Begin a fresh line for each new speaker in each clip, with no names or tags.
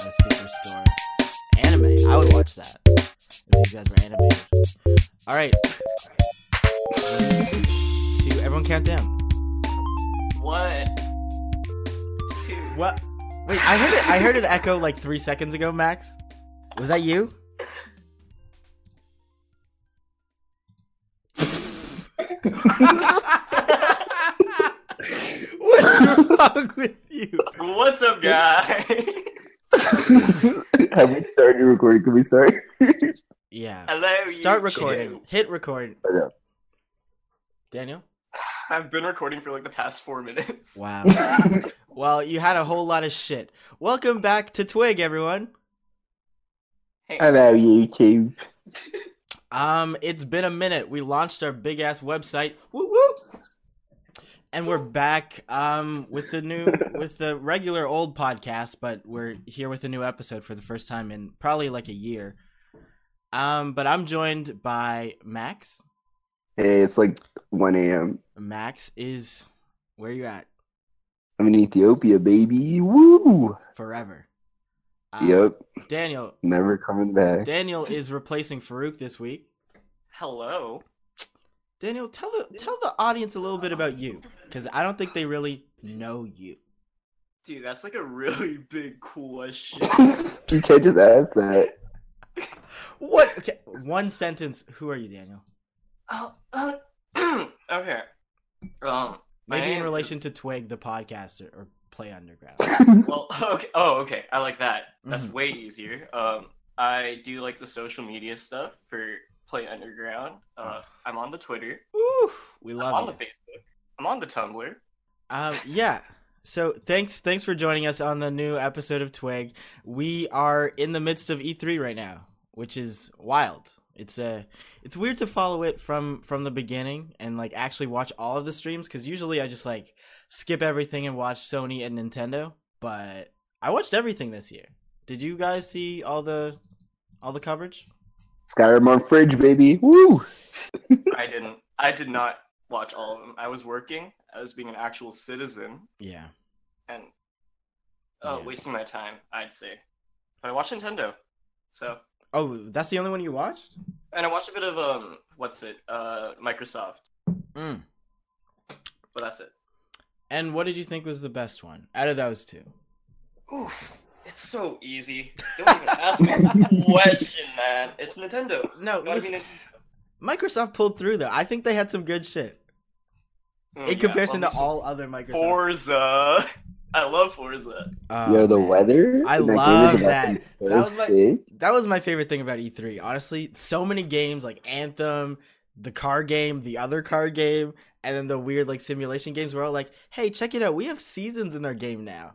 store. Anime. I would watch that if you guys were animated. All right. One, two. Everyone count down.
One, two.
What? Wait, I heard it. I heard it echo like three seconds ago. Max, was that you? What's wrong with you?
What's up, guys?
Have we started recording? Can we start?
Yeah.
Hello.
Start
YouTube.
recording. Hit record.
I know.
Daniel.
I've been recording for like the past four minutes.
Wow. well, you had a whole lot of shit. Welcome back to Twig, everyone.
Hey,
Hello, YouTube.
Um, it's been a minute. We launched our big ass website. Woo woo. And we're back um with the new with the regular old podcast, but we're here with a new episode for the first time in probably like a year. Um, but I'm joined by Max.
Hey, it's like 1 a.m.
Max is where you at
I'm in Ethiopia, baby. Woo!
forever. Ah.
Yep,
Daniel.
never coming back.
Daniel is replacing Farouk this week.
Hello.
Daniel, tell the tell the audience a little bit about you, because I don't think they really know you.
Dude, that's like a really big question.
you can't just ask that.
What? Okay, one sentence. Who are you, Daniel?
oh, uh, okay. Um, my
Maybe in
name
relation to Twig, the podcaster, or Play Underground.
is- Well, okay. Oh, okay. I like that. That's
Mhm.
way easier. Um, I do like the social media stuff for Play Underground. Uh, I'm on the Twitter.
Woo, we
I'm
love
on the
Ah. you.
Facebook. I'm on the Tumblr.
Um, yeah. So thanks, thanks for joining us on the new episode of Twig. We are in the midst of E3 right now, which is wild. It's uh, it's weird to follow it from from the beginning and like actually watch all of the streams because usually I just like skip everything and watch Sony and Nintendo. But I watched everything this year. Did you guys see all the all the coverage?
Skyrim on fridge, baby. Woo!
I didn't. I did not watch all of them. I was working. I was being an actual citizen
Yeah.
and uh,
Yeah.
wasting my time. I'd say. But I watched Nintendo, so
Oh, that's the only one you watched?
and I watched a bit of um, what's it? Uh, Microsoft.
Mm.
But that's it.
And what did you think was the best one out of those two?
Oof, it's so easy. Don't even ask me that question, man. It's Nintendo.
No,
Gotta be
listen,
Nin-
Microsoft pulled through though. I think they had some good shit
Oh,
in
yeah,
comparison
love
to
me
all other Microsoft.
some Forza. I love Forza.
Uh,
Yo, the
man.
weather.
I
in that game is
love
about
that.
to be
That was
so
my-
sick.
That was my favorite thing about E3. Honestly, so many games like Anthem, the car game, the other car game, and then the weird like simulation games were all like, "Hey, check it out. We have seasons in our game now."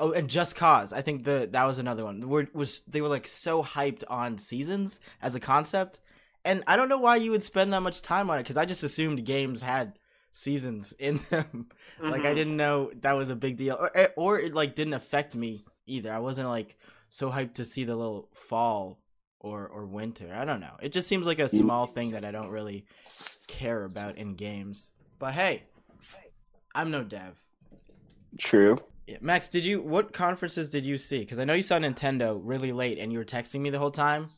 oh, and Just Cause. I think the that was another one. Were, was they were like so hyped on seasons as a concept, and I don't know why you would spend that much time on it because I just assumed games had seasons in them. Like I
Mhm.
didn't know that was a big deal, or eh, or it like didn't affect me either. I wasn't like so hyped to see the little fall or or winter. I don't know. It just seems like a
Mm.
small thing that I don't really care about in games. But hey, I'm no dev.
True.
Yeah, Max, did you what conferences did you see? Because I know you saw Nintendo really late, and you were texting me the whole time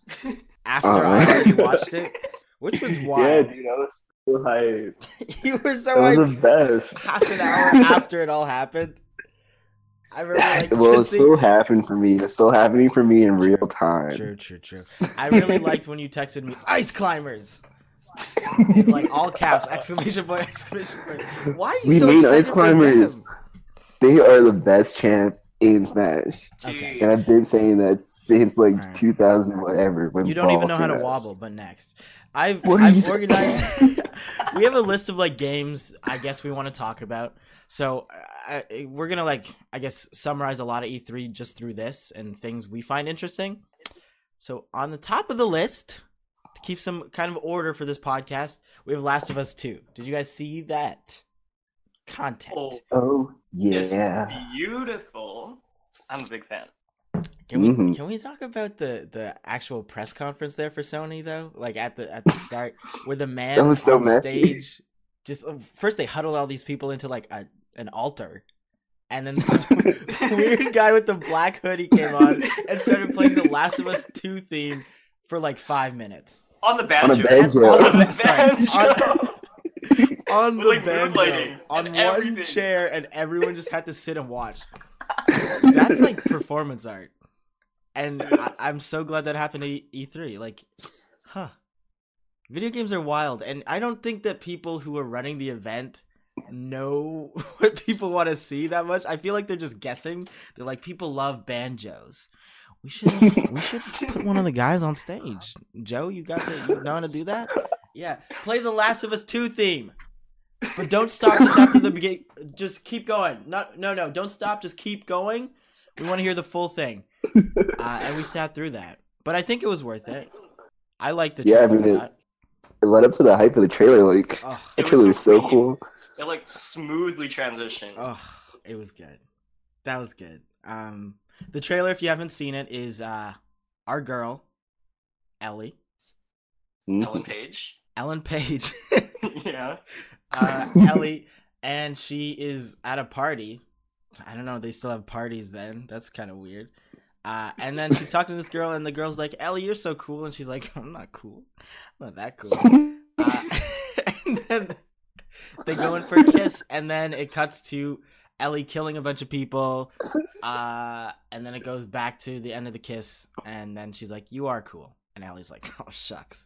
after I
Uh-huh.
already watched it, which was
Yeah,
wild.
dude, I was so hyped.
you were so
That was
hyped
the best.
half an hour after it all happened. I remember like
well, it
just seeing-
still happened for me. It's still happening for me in real time.
True, true, true. I really liked when you texted me ice climbers. In, like all caps, exclamation point, exclamation point. Why are you
We
so
made
excited
ice
for
climbers.
them?
They are the best champ in Smash,
Mm-hmm.
Okay.
and I've been saying that since like
Alright.
2000 whatever. When
You don't even
Brawl
know how to
came out.
wobble, but next. I've,
What are you
I've
saying?
organized. we have a list of like games I guess we want to talk about. So I, I- we're going to like, I guess, summarize a lot of E3 just through this and things we find interesting. So on the top of the list, to keep some kind of order for this podcast, we have Last of Us 2. Did you guys see that content?
Oh,
Oh
it's
yeah,
beautiful. I'm a big fan.
Can we
Mhm.
can we talk about the the actual press conference there for Sony though? Like at the at the start, where the man
That was so
on oh,
messy.
stage just first they huddled all these people into like a an altar, and then this weird guy with the black hoodie came on and started playing the Last of Us 2 theme for like five minutes.
on the banjo.
banjo.
On the
Sorry.
banjo.
On the
With, like, mood
banjo,
lighting
on
and
one
everything.
chair, and everyone just had to sit and watch. That's like performance art. And I- I'm so glad that happened at E3. Like, huh. Video games are wild. And I don't think that people who are running the event know what people want to see that much. I feel like they're just guessing. They're like, people love banjos. We should we should put one of the guys on stage. Joe, you got the, you know how to do that? Yeah, play the Last of Us Two theme, but don't stop just after the beginning. Just keep going. Not no no. Don't stop. Just keep going. We want to hear the full thing, uh, and we sat through that. But I think it was worth it. I like the
Yeah, I
trailer
mean,
a
it-
lot.
It led up to the hype of the trailer. Like
Ugh,
It
the
was
trailer was so
clean.
cool.
It like smoothly transitioned.
ugh, it was good. That was good. Um, the trailer, if you haven't seen it, is uh, our girl, Ellie,
Ellen
Mm.
Page.
Ellen Page.
yeah.
uh, Ellie, and she is at a party. I don't know. They still have parties then. That's kind of weird. Uh, and then she's talking to this girl, and the girl's like, "Ellie, you're so cool," and she's like, "I'm not cool. I'm not that cool."
Mm-hmm.
Uh, and then they go in for a kiss, and then it cuts to Ellie killing a bunch of people. Uh, and then it goes back to the end of the kiss, and then she's like, "You are cool," and Ellie's like, "Oh shucks."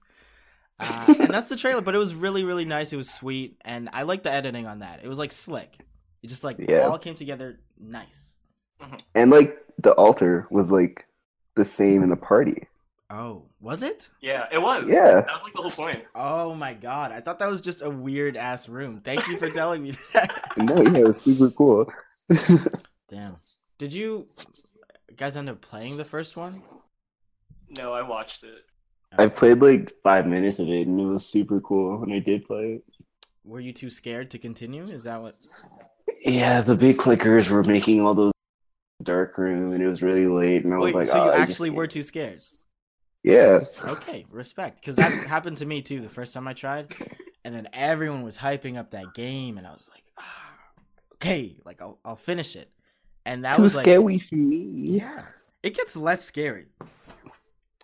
Uh, and that's the trailer, but it was really, really nice. It was sweet, and I like the editing on that. It was like slick. It just like
Yeah.
all came together nice.
And like the altar was like the same in the party.
Oh, was it?
Yeah. It was.
Yeah.
That was like the whole point.
Oh my god, I thought that was just a weird ass room. Thank you for telling me that.
No, yeah, it was super cool.
Damn. Did you guys end up playing the first one?
No, I watched it.
I played like five minutes of it, and it was super cool. And I did play
Were you too scared to continue? Is that what?
it. Yeah, the big clickers were making all those dark room, and it was really late. And I was
Wait,
like,
so you
"Ah, I just
actually
can't."
were too scared?
Yeah,
Okay, respect. Because that happened to me too the first time I tried, and then everyone was hyping up that game, and I was like, ah, okay, like I'll I'll finish it, and that was like
for me.
Yeah. It gets less scary.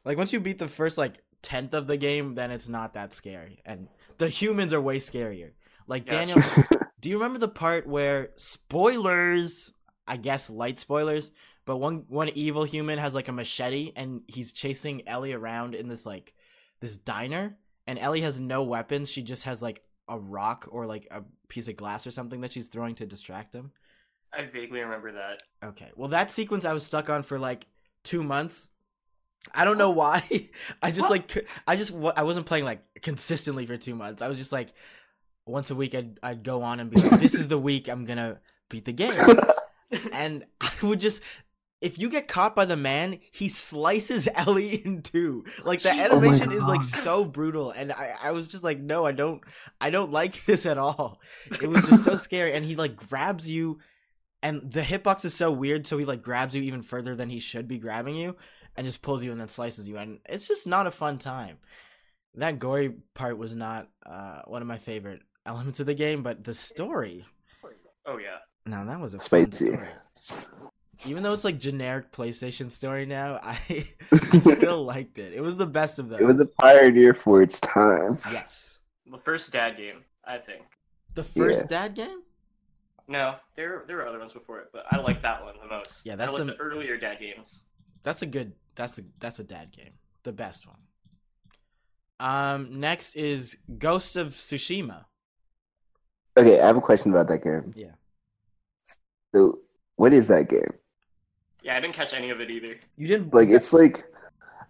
Like once you beat the first like tenth of the game, then it's not that scary. And the humans are way scarier. Like
Yes.
Daniel, do you remember the part where spoilers I guess light spoilers, but one one evil human has like a machete and he's chasing Ellie around in this like this diner and Ellie has no weapons, she just has like a rock or like a piece of glass or something that she's throwing to distract him.
I vaguely remember that.
Okay. Well, that sequence I was stuck on for like two months. I don't know why. I just like cou- I just wa- I wasn't playing like consistently for two months. I was just like once a week I'd I'd go on and be like, this is the week I'm gonna beat the game, and I would just. If you get caught by the man, he slices Ellie in two. Like the
Jesus.
Oh my
animation is like
God.
so brutal, and I, I was just like, no, I don't, I don't like this at all. It was just so scary, and he like grabs you and the hitbox is so weird so he like grabs you even further than he should be grabbing you and just pulls you and then slices you and it's just not a fun time that gory part was not uh, one of my favorite elements of the game but the story
Oh yeah.
now that was a
Spicy.
fun story even though it's like generic playstation story now i, I still liked it it was the best of those
it was a pioneer for its time.
yes
The first dad game, I think.
the first dad game
No, there there were other ones before it, but I like that one the most.
Yeah, that's
I like
the-
the... earlier dad games.
That's a good. That's a that's a dad game. The best one. Um. Next is Ghost of Tsushima.
Okay, I have a question about that game.
Yeah.
So, what is that game?
Yeah, I didn't catch any of it either.
You didn't
Like, it's like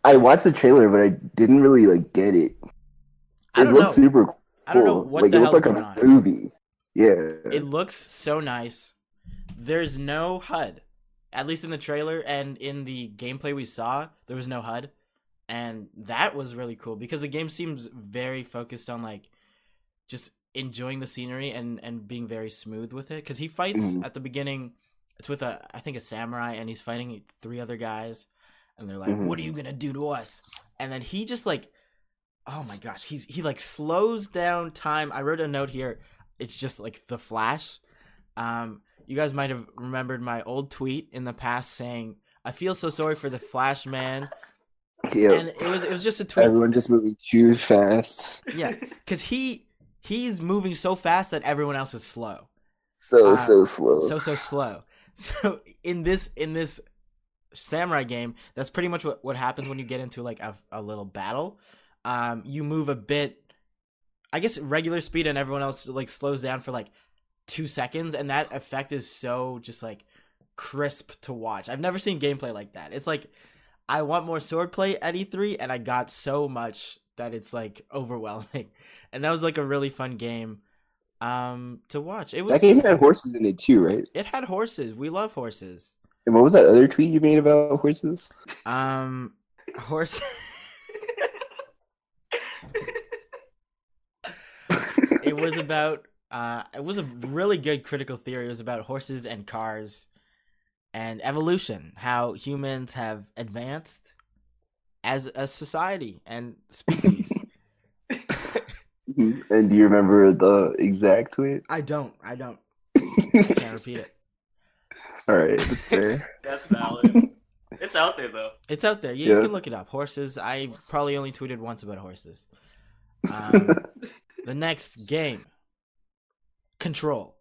I watched the trailer, but I didn't really like get it.
I
It
don't know.
looked super cool.
I don't know what
like
the
it
hell's
looked
going on.
like a movie. Yeah.
It looks so nice. There's no HUD, at least in the trailer and in the gameplay we saw. There was no HUD, and that was really cool because the game seems very focused on like just enjoying the scenery and and being very smooth with it. Because he fights
Mhm.
at the beginning. It's with a I think a samurai, and he's fighting three other guys, and they're like,
Mhm.
"What are you gonna do to us?" And then he just like, oh my gosh, he's he like slows down time. I wrote a note here it's just like the flash um you guys might have remembered my old tweet in the past saying, "I feel so sorry for the Flash man," and
Yeah.
it was it was just a tweet.
Everyone just moving too fast.
Yeah, because he he's moving so fast that everyone else is slow,
So
Uh,
so slow.
so so slow. So in this in this samurai game, that's pretty much what what happens when you get into like a, a little battle. Um, you move a bit, I guess regular speed, and everyone else like slows down for like two seconds, and that effect is so just like crisp to watch. I've never seen gameplay like that. It's like I want more swordplay at E3, and I got so much that it's like overwhelming. And that was like a really fun game um to watch. It was
that game had horses in it too, right?
it had horses. We love horses.
And what was that other tweet you made about horses?
Um, horse.
Hmm?
it was about. Uh, it was a really good critical theory. It was about horses and cars, and evolution. How humans have advanced as a society and species.
And do you remember the exact tweet?
I don't. I don't. Can't repeat it.
All right, that's fair.
That's valid. it's out there though.
It's out there. You, you
Yeah.
can look it up. Horses. I probably only tweeted once about horses. Um, the next game, Control.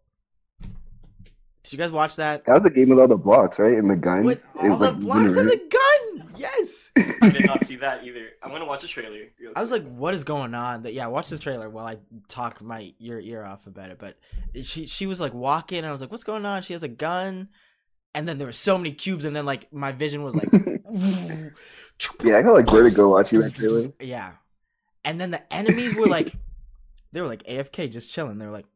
Did you guys watch that?
That was a game with all the blocks, right? And the gun.
With
It
all
was
the
like
blocks and
literally-
the gun. Yes.
I did not see that either. I'm gonna watch a trailer. Real
I was
quick.
like, what is going on? That yeah, watch this trailer while I talk my your ear off about it. But she she was like walking, and I was like, what's going on? She has a gun, and then there were so many cubes, and then like my vision was like,
yeah, I got like vertigo watching that trailer.
Yeah. And then the enemies were like they were like AFK just chilling. They were like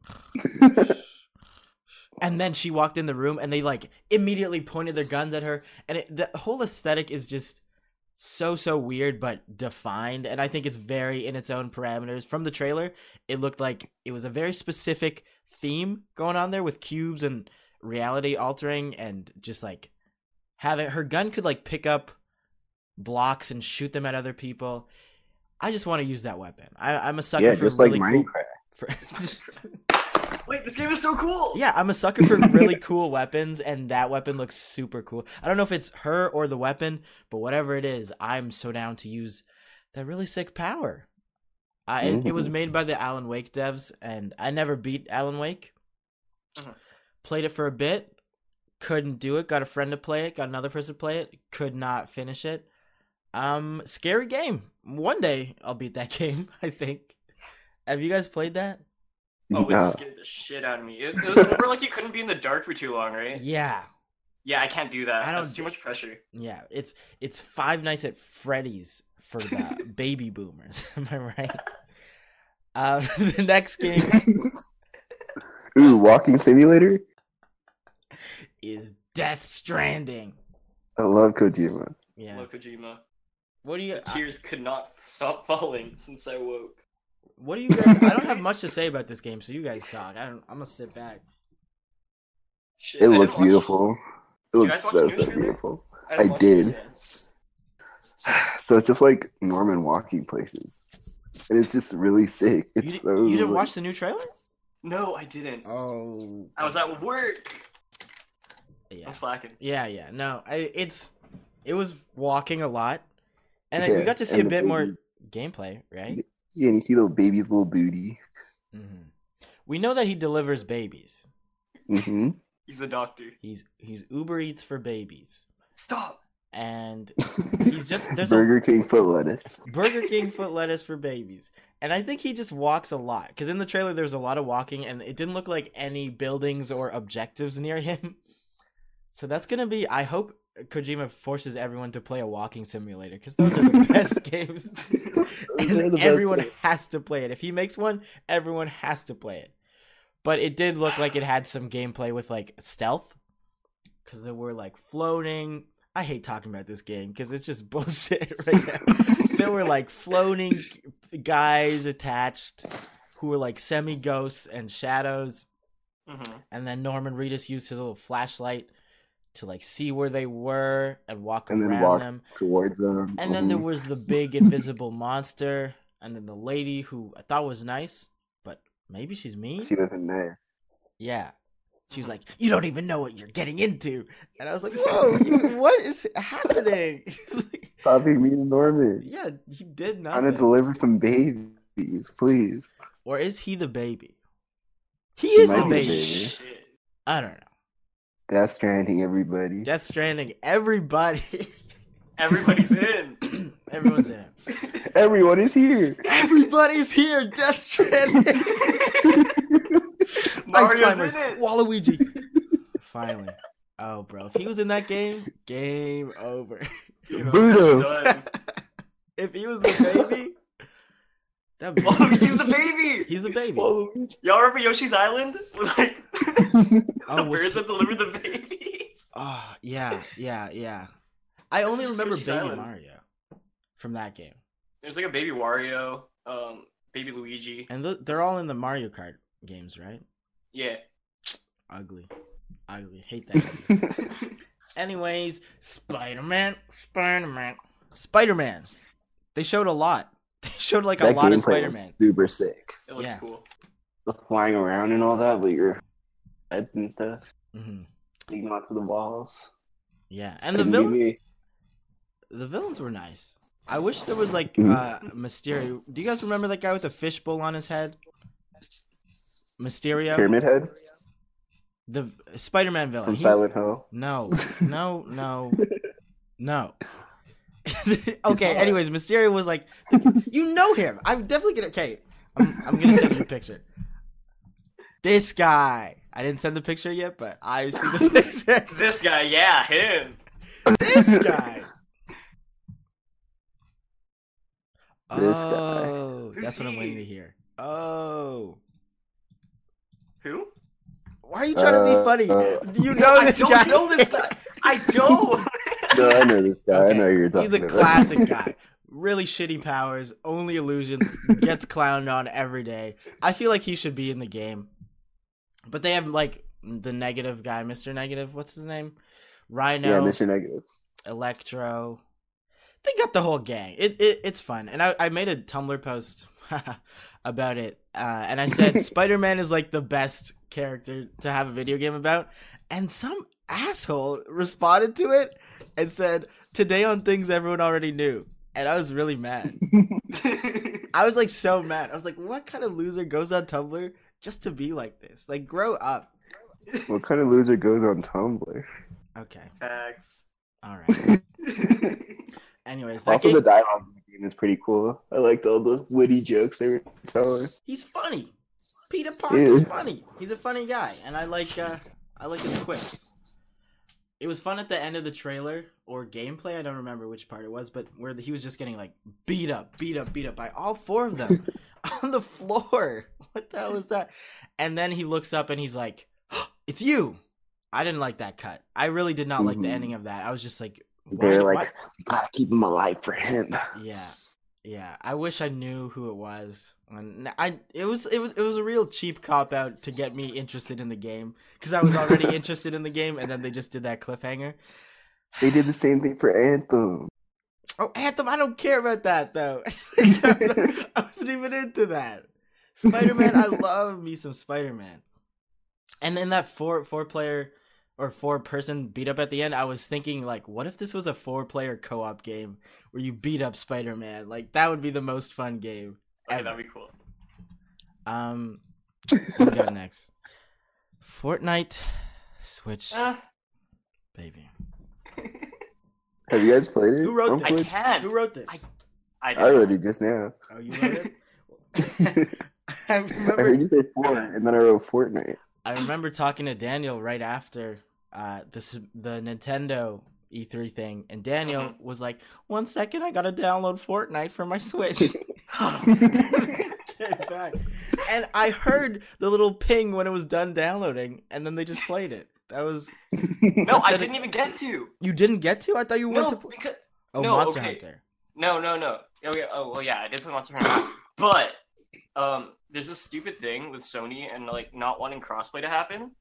And then she walked in the room and they like immediately pointed their guns at her and it, the whole aesthetic is just so so weird but defined and I think it's very in its own parameters. From the trailer, it looked like it was a very specific theme going on there with cubes and reality altering and just like having her gun could like pick up blocks and shoot them at other people. I just want to use that weapon. I, I'm a sucker
Yeah,
for
just like
really
Minecraft.
cool. For,
wait, this game is so cool.
yeah, I'm a sucker for really cool weapons, and that weapon looks super cool. I don't know if it's her or the weapon, but whatever it is, I'm so down to use that really sick power. I, it, it was made by the Alan Wake devs, and I never beat Alan Wake.
Mhm.
Played it for a bit, couldn't do it. Got a friend to play it, got another person to play it, could not finish it. Um, scary game. One day I'll beat that game. I think. Have you guys played that?
Oh, it
Nah.
scared the shit out of me. It, it was remember like you couldn't be in the dark for too long, right?
Yeah.
Yeah, I can't do that.
I don't
That's
do-
too much pressure.
Yeah, it's it's Five Nights at Freddy's for the baby boomers. Am I right? Uh, the next game
Ooh, walking simulator.
is Death Stranding.
I love Kojima.
Yeah. Uh,
Look, Kojima.
What do you I-
Tears could not stop falling since I woke.
What do you guys? I don't have much to say about this game, so you guys talk. I don't, I'm gonna sit back.
Shit,
It
I didn't
looks
watch-
beautiful. It
Did you guys
looks
watch
so
the new
so
trailer?
beautiful.
didn't
I
watch it,
did.
man.
So it's just like Norman walking places, and it's just really sick.
You,
It's
di-
so
you didn't
like-
watch the new trailer?
No, I didn't.
Oh,
I was at work.
yeah,
I'm slacking.
yeah, yeah. No, I it's it was walking a lot, and I- we
Yeah,
got to see
and
a
the
bit more
baby.
gameplay, right?
Yeah, and you see little baby's little booty.
hmm We know that he delivers babies.
hmm
He's a doctor.
He's he's Uber Eats for babies,
Stop.
and he's just there's
Burger King foot lettuce.
a Burger King foot lettuce for babies, and I think he just walks a lot because in the trailer there's a lot of walking, and it didn't look like any buildings or objectives near him. So that's gonna be. I hope Kojima forces everyone to play a walking simulator because those are the best games,
Those are the
and
best
everyone
games.
has to play it. If he makes one, everyone has to play it. But it did look like it had some gameplay with like stealth, because there were like floating. I hate talking about this game because it's just bullshit right now. there were like floating guys attached who were like semi ghosts and shadows
hmm
and then Norman Reedus used his little flashlight to like see where they were and walk
And then
around
walk.
them.
Towards them.
And then there
Mhm.
was the big invisible monster, and then the lady who I thought was nice, but maybe she's mean.
She wasn't nice.
Yeah, She was like, "You don't even know what you're getting into," and I was like, "Whoa, you, what is happening?"
Stopping me and Norman.
yeah, you did
Trying to
not.
deliver some babies, please.
Or is he the baby? He is the
might be
baby.
baby.
Shit.
I don't know.
Death Stranding, everybody.
Death Stranding. Everybody,
Everybody's in.
everyone's in it.
Everyone is here.
Everybody's here. Death Stranding. Ice
Mario's
climbers.
in it.
Waluigi. Finally. Oh, bro. If he was in that game, game over.
You know,
Buddha.
done.
if he was the baby, that'd be.
Waluigi's Oh, the baby.
He's the baby.
Waluigi.
Y'all remember Yoshi's Island? Like
Oh,
the
was
birds
he-
that deliver the babies.
Oh, yeah, yeah, yeah. I only
is
remember
Yoshi's
Baby
Island.
Mario from that game,
There's like a baby Wario, um, baby Luigi.
and th- they're all in the Mario Kart games, right?
Yeah.
Ugly, ugly. Hate that. game. Anyways, Spider Man, Spider Man, Spider Man. They showed a lot. They showed like a
That
lot of
gameplay
Spider
was
Man.
Super sick.
It looks
Yeah.
cool.
The flying around and all that, but your heads and stuff
hmm
leading onto the walls.
Yeah, and the
Couldn't
villain,
be me.
the villains were nice. I wish there was like
Mhm.
uh Mysterio. Do you guys remember that guy with the fishbowl on his head? Mysterio,
Pyramid Head
the Spider Man villain.
from
Oh, He-
Silent Hill.
No, no, no, no. okay.
not.
Anyways, Mysterio was like, you know him. I'm definitely gonna. Okay, I'm, I'm gonna send you a picture. This guy. I didn't send the picture yet, but I see the picture.
This guy, yeah, him.
this guy.
This guy.
oh,
Who's
that's what I'm waiting
he?
to hear. Oh,
Who?
why are you trying to be
Uh,
funny?
uh.
Do you know
I
this
don't
guy?
know this guy. I don't.
No, I know this guy. I know who you're talking
He's a
about.
classic guy. Really shitty powers, only illusions, gets clowned on every day. I feel like he should be in the game. But they have like the negative guy, Mr. Negative, what's his name? Rhino,
yeah, Mr. Negative.
Electro. They got the whole gang. It, it it's fun. And I, I made a Tumblr post about it. Uh, and I said Spider Man is like the best character to have a video game about. And some asshole responded to it and said, Today on things everyone already knew. And I was really mad. I was like so mad. I was like, what kind of loser goes on Tumblr just to be like this? Like grow up.
What kind of loser goes on Tumblr?
Okay.
Facts.
All right. Anyways, that
also,
game,
the dialogue in the game is pretty cool. I liked all the witty jokes they were telling.
he's funny. Peter Parker's
Ew.
funny. He's a funny guy, and I like uh I like his quips. It was fun at the end of the trailer or gameplay. I don't remember which part it was, but where he was just getting like beat up, beat up, beat up by all four of them on the floor. What the hell was that? And then he looks up and he's like, "It's you." I didn't like that cut. I really did not like the
Mhm.
ending of that. I was just like, why,
They're
why-
like, we gotta keep him alive for him.
yeah, yeah. I wish I knew who it was. When I it was it was it was a real cheap cop out to get me interested in the game because I was already interested in the game, and then they just did that cliffhanger.
They did the same thing for Anthem.
Oh, Anthem! I don't care about that though. I wasn't even into that. Spider Man, I love me some Spider Man. And in that four four player or four person beat up at the end, I was thinking like, what if this was a four player co op game where you beat up Spider Man? Like that would be the most fun game.
Okay, that'd be cool.
Um, what we got next? Fortnite, Switch,
Uh,
baby.
Have you guys played it?
Who wrote
on
this?
I
Switch?
Who
can.
wrote this?
I,
I wrote it just now.
Oh, you wrote it.
I
I remember
heard you say four, and then I wrote Fortnite.
I remember talking to Daniel right after uh, the s- the Nintendo E3 thing, and Daniel
Mhm.
was like, "One second, I gotta download Fortnite for my Switch." Came back. and I heard the little ping when it was done downloading, and then they just played it. That was
no, I
said it-
didn't even get to.
you didn't get to. I thought you went
No,
to play.
because
Oh,
no,
Monster
okay.
Hunter.
no, no, no. Oh yeah. Oh well, yeah. I did play Monster Hunter, but um, there's this stupid thing with Sony and like not wanting crossplay to happen.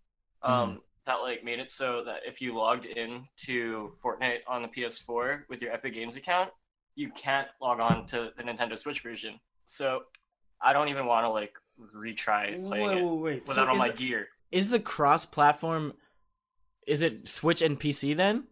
Hmm.
Um. That like made it so that if you logged in to Fortnite on the PS4 with your Epic Games account, you can't log on to the Nintendo Switch version. So I don't even want to like retry
Wait,
playing
wait,
it
wait. So
without all
is
my
that-
gear.
is the cross platform is it Switch and PC then?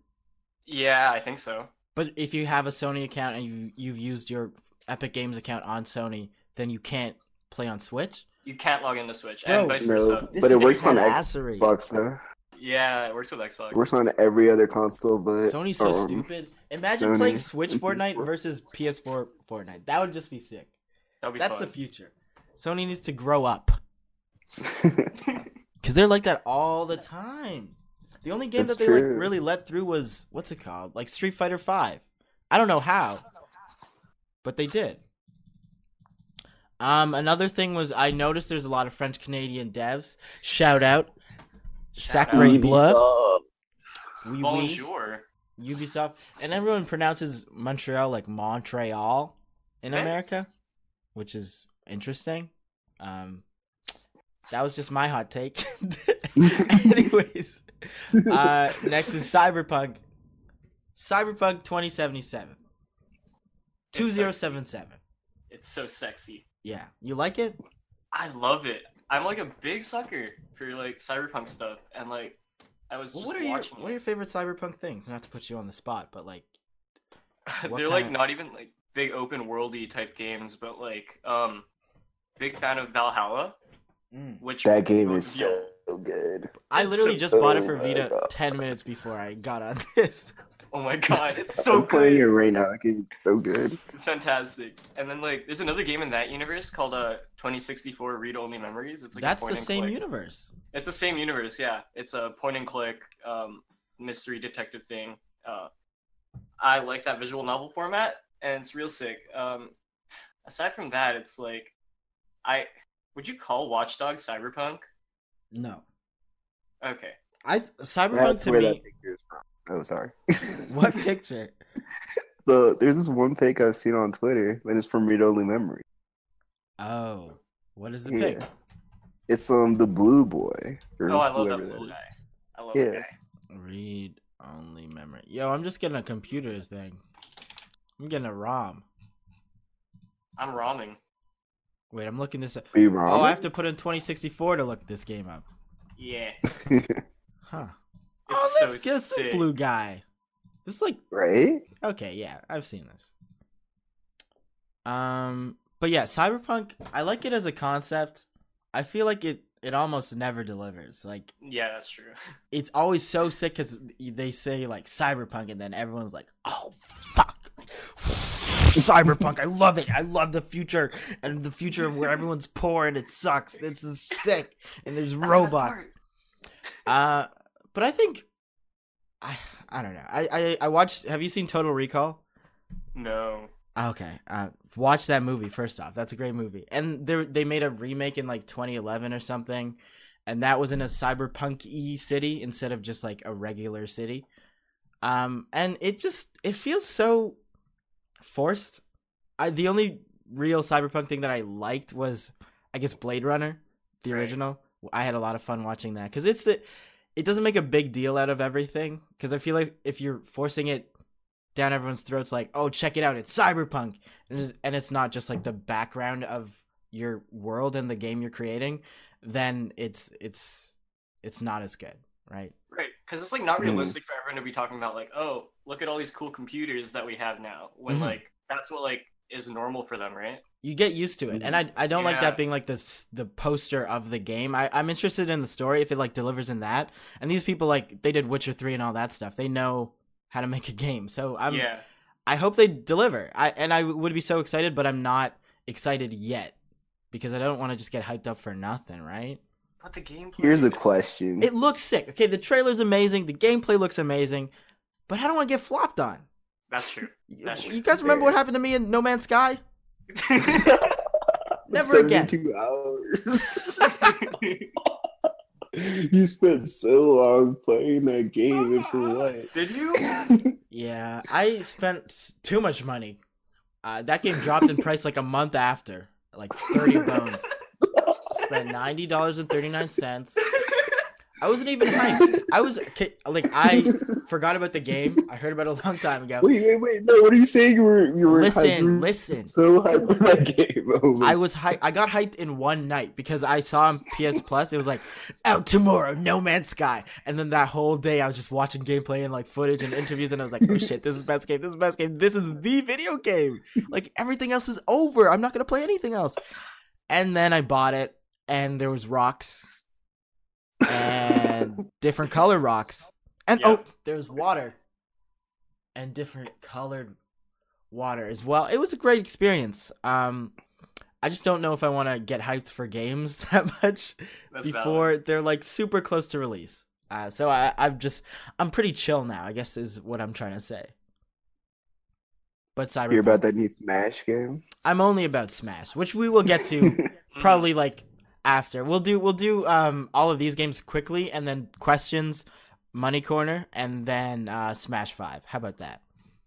Yeah, I think so.
But if you have a Sony account and you you've used your Epic Games account on Sony, then you can't play on Switch.
You can't log into Switch
Bro,
and vice versa.
no. But it
is
works on X-
badassery.
Xbox though.
Yeah, it works with Xbox.
It works on every other console, but
Sony's so
um,
stupid. Imagine
Sony
playing Switch
and
Fortnite
PS4.
versus PS4 Fortnite. That would just be sick.
That'll be
That's the
fun.
future. Sony needs to grow up because they're like that all the time. The only game
That's
that they like
true.
really let through was what's it called? Like Street Fighter Five. I don't know how, but they did. Um, another thing was I noticed there's a lot of French Canadian devs. Shout out,
Shout out.
Sacre Bleu,
Ubisoft.
oui, oui,
Bonjour.
Ubisoft, and everyone pronounces Montreal like Montreal in
Okay.
America, which is interesting. Um, that was just my hot take. Anyways, uh, next is Cyberpunk. Cyberpunk 2077.
It's sexy.
2077.
It's so sexy.
Yeah. You like it?
I love it. I'm like a big sucker for like cyberpunk stuff, and like I was just
what are your
watching.
what are your favorite cyberpunk things? Not to put you on the spot, but like
it.
what
They're like
kinda-
not even like big open worldy type games, but like um, big fan of Valhalla, which Oh,
that game
both
is
of you-
so good.
I
Mm. It's
literally
so-
just bought it
oh
for
my
Vita
God.
10 minutes before I got on this.
Oh my god, it's so
I'm playing
good.
it right now. That game is so good.
It's fantastic. And then like there's another game in that universe called uh 2064 Read Only Memories. It's like a
That's the
point and
same
click.
universe.
It's the same universe, yeah. It's a point and click um, mystery detective thing. Uh, I like that visual novel format, and it's real sick. Um, aside from that, it's like, I would you call Watchdog cyberpunk?
No.
Okay,
I cyberpunk
That's
to
where that
me
picture is from. Oh, sorry.
what picture?
So there's this one pic I've seen on Twitter, and it's from Read Only Memory.
Oh. What is the
Yeah.
pic?
It's um the blue boy. or
oh I love that
whoever
little
is.
guy. I love
Yeah.
that guy.
Read only memory. Yo, I'm just getting a computer's thing. I'm getting a ROM.
I'm ramming.
Wait, I'm looking this up.
Are you wrong?
Oh, I have to put in 2064 to look this game up.
Yeah,
Huh.
It's
oh, that's
so
good. This
sick.
blue guy. This is like
right?
okay, yeah, I've seen this. Um, but yeah, Cyberpunk. I like it as a concept. I feel like it it almost never delivers. Like
yeah, that's true.
it's always so sick because they say like cyberpunk and then everyone's like oh fuck cyberpunk i love it i love the future and the future of where everyone's poor and it sucks this is sick and there's
That's the best
robots
part.
uh but i think i i don't know i i, I watched have you seen total recall
No.
Okay, uh, watch that movie first off. That's a great movie, and they they made a remake in like 2011 or something, and that was in a cyberpunk y city instead of just like a regular city. Um, and it just it feels so forced. I the only real cyberpunk thing that I liked was I guess Blade Runner, the
Right.
original. I had a lot of fun watching that because it's it, it doesn't make a big deal out of everything because I feel like if you're forcing it down everyone's throats like oh check it out it's cyberpunk and it's, and it's not just like the background of your world and the game you're creating then it's it's it's not as good right
Right, because it's like not
Hmm.
Mhm.
realistic for everyone to be talking about like, oh, look at all these cool computers that we have now. When
Mhm.
like that's what like is normal for them, right?
you get used to it and i i don't like
Mm-hmm. Yeah.
that being like this the poster of the game i i'm interested in the story if it like delivers in that and these people like they did witcher 3 and all that stuff they know how to make a game so i'm
yeah,
I hope they deliver. I and I would be so excited, but I'm not excited yet because I don't want to just get hyped up for nothing, right?
but the gameplay.
Here's a
is- Mm.
question.
It looks sick. Okay, the trailer's amazing, the gameplay looks amazing, but I don't want to get flopped on.
That's true.
You,
That's
you guys remember what happened to me in No Man's Sky? Never again.
72 hours. you spent so long playing that game, and for
Ah.
what?
Did you?
Yeah, I spent s- too much money. Uh, that game dropped in price like a month after, like 30 bones. Spent $90.39. I wasn't even hyped. I was okay, like, I forgot about the game. I heard about it a long time ago.
Wait, wait, wait! No, what are you saying? You were you were
Listen,
hyped-
listen.
So hyped for that game. Oh my
I was hyped. I got hyped in one night because I saw on PS Plus. It was like out tomorrow, No Man's Sky, and then that whole day I was just watching gameplay and like footage and interviews, and I was like, oh shit, this is the best game. This is the best game. This is the video game. Like everything else is over. I'm not gonna play anything else. And then I bought it, and there was rocks and different color rocks, and
Yeah.
oh, there was water and different colored water as well. It was a great experience. Um, I just don't know if I want to get hyped for games that much
That's
before they're like super close to release. Uh, so I, I'm just, I'm pretty chill now. I guess is what I'm trying to say. But
Hear
Cyberpunk,
about that new Smash game?
I'm only about Smash, which we will get to
valid.
probably like after. We'll do we'll do um all of these games quickly, and then questions, money corner, and then uh, Smash Five. How about that?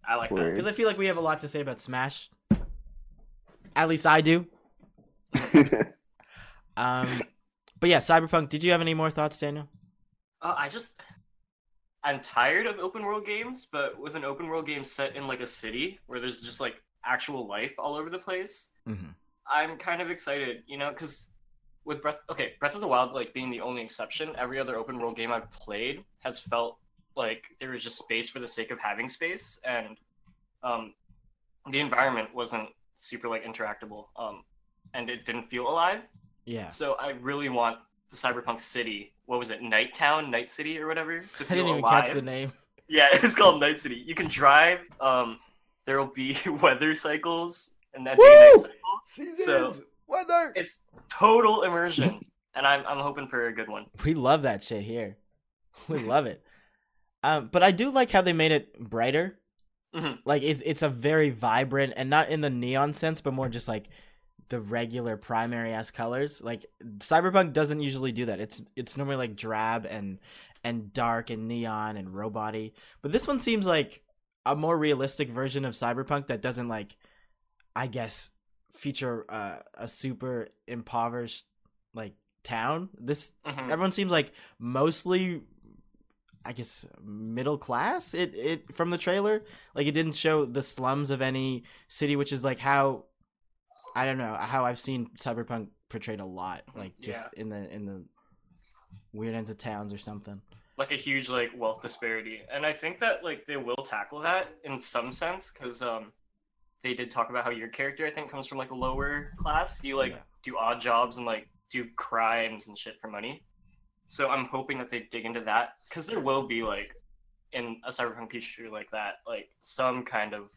I like that.
Because I feel like we have a lot to say about Smash. At least I do. Um, but yeah, Cyberpunk. Did you have any more thoughts, Daniel?
Uh, I just I'm tired of open world games, but with an open world game set in like a city where there's just like actual life all over the place,
Mhm.
I'm kind of excited, you know, because with Breath okay, Breath of the Wild like being the only exception, every other open world game I've played has felt like there was just space for the sake of having space and um the environment wasn't super like interactable. Um and it didn't feel alive.
Yeah,
So I really want the Cyberpunk City. What was it? Night Town, Night City, or whatever.
I
to feel
didn't even
alive.
catch the name.
Yeah, it's called Night City. You can drive. Um, there will be weather cycles and that day
Woo!
night cycles.
Seasons, weather.
It's total immersion, and I'm I'm hoping for a good one.
We love that shit here. We love it. Um, but I do like how they made it brighter.
Mhm.
Like it's it's a very vibrant and not in the neon sense, but more just like the regular primary ass colors. Like Cyberpunk doesn't usually do that. It's it's normally like drab and and dark and neon and roboty. But this one seems like a more realistic version of Cyberpunk that doesn't like I guess feature uh, a super impoverished like town. This
Mhm.
everyone seems like mostly i guess middle class it it from the trailer like it didn't show the slums of any city which is like how i don't know how i've seen cyberpunk portrayed a lot
Hmm.
like just in the in the weird ends of towns or something
Like a huge like wealth disparity, and I think that like they will tackle that in some sense because um, they did talk about how your character I think comes from like a lower class. You like
Yeah.
do odd jobs and like do crimes and shit for money. So I'm hoping that they dig into that because there will be like in a cyberpunk future like that, like some kind of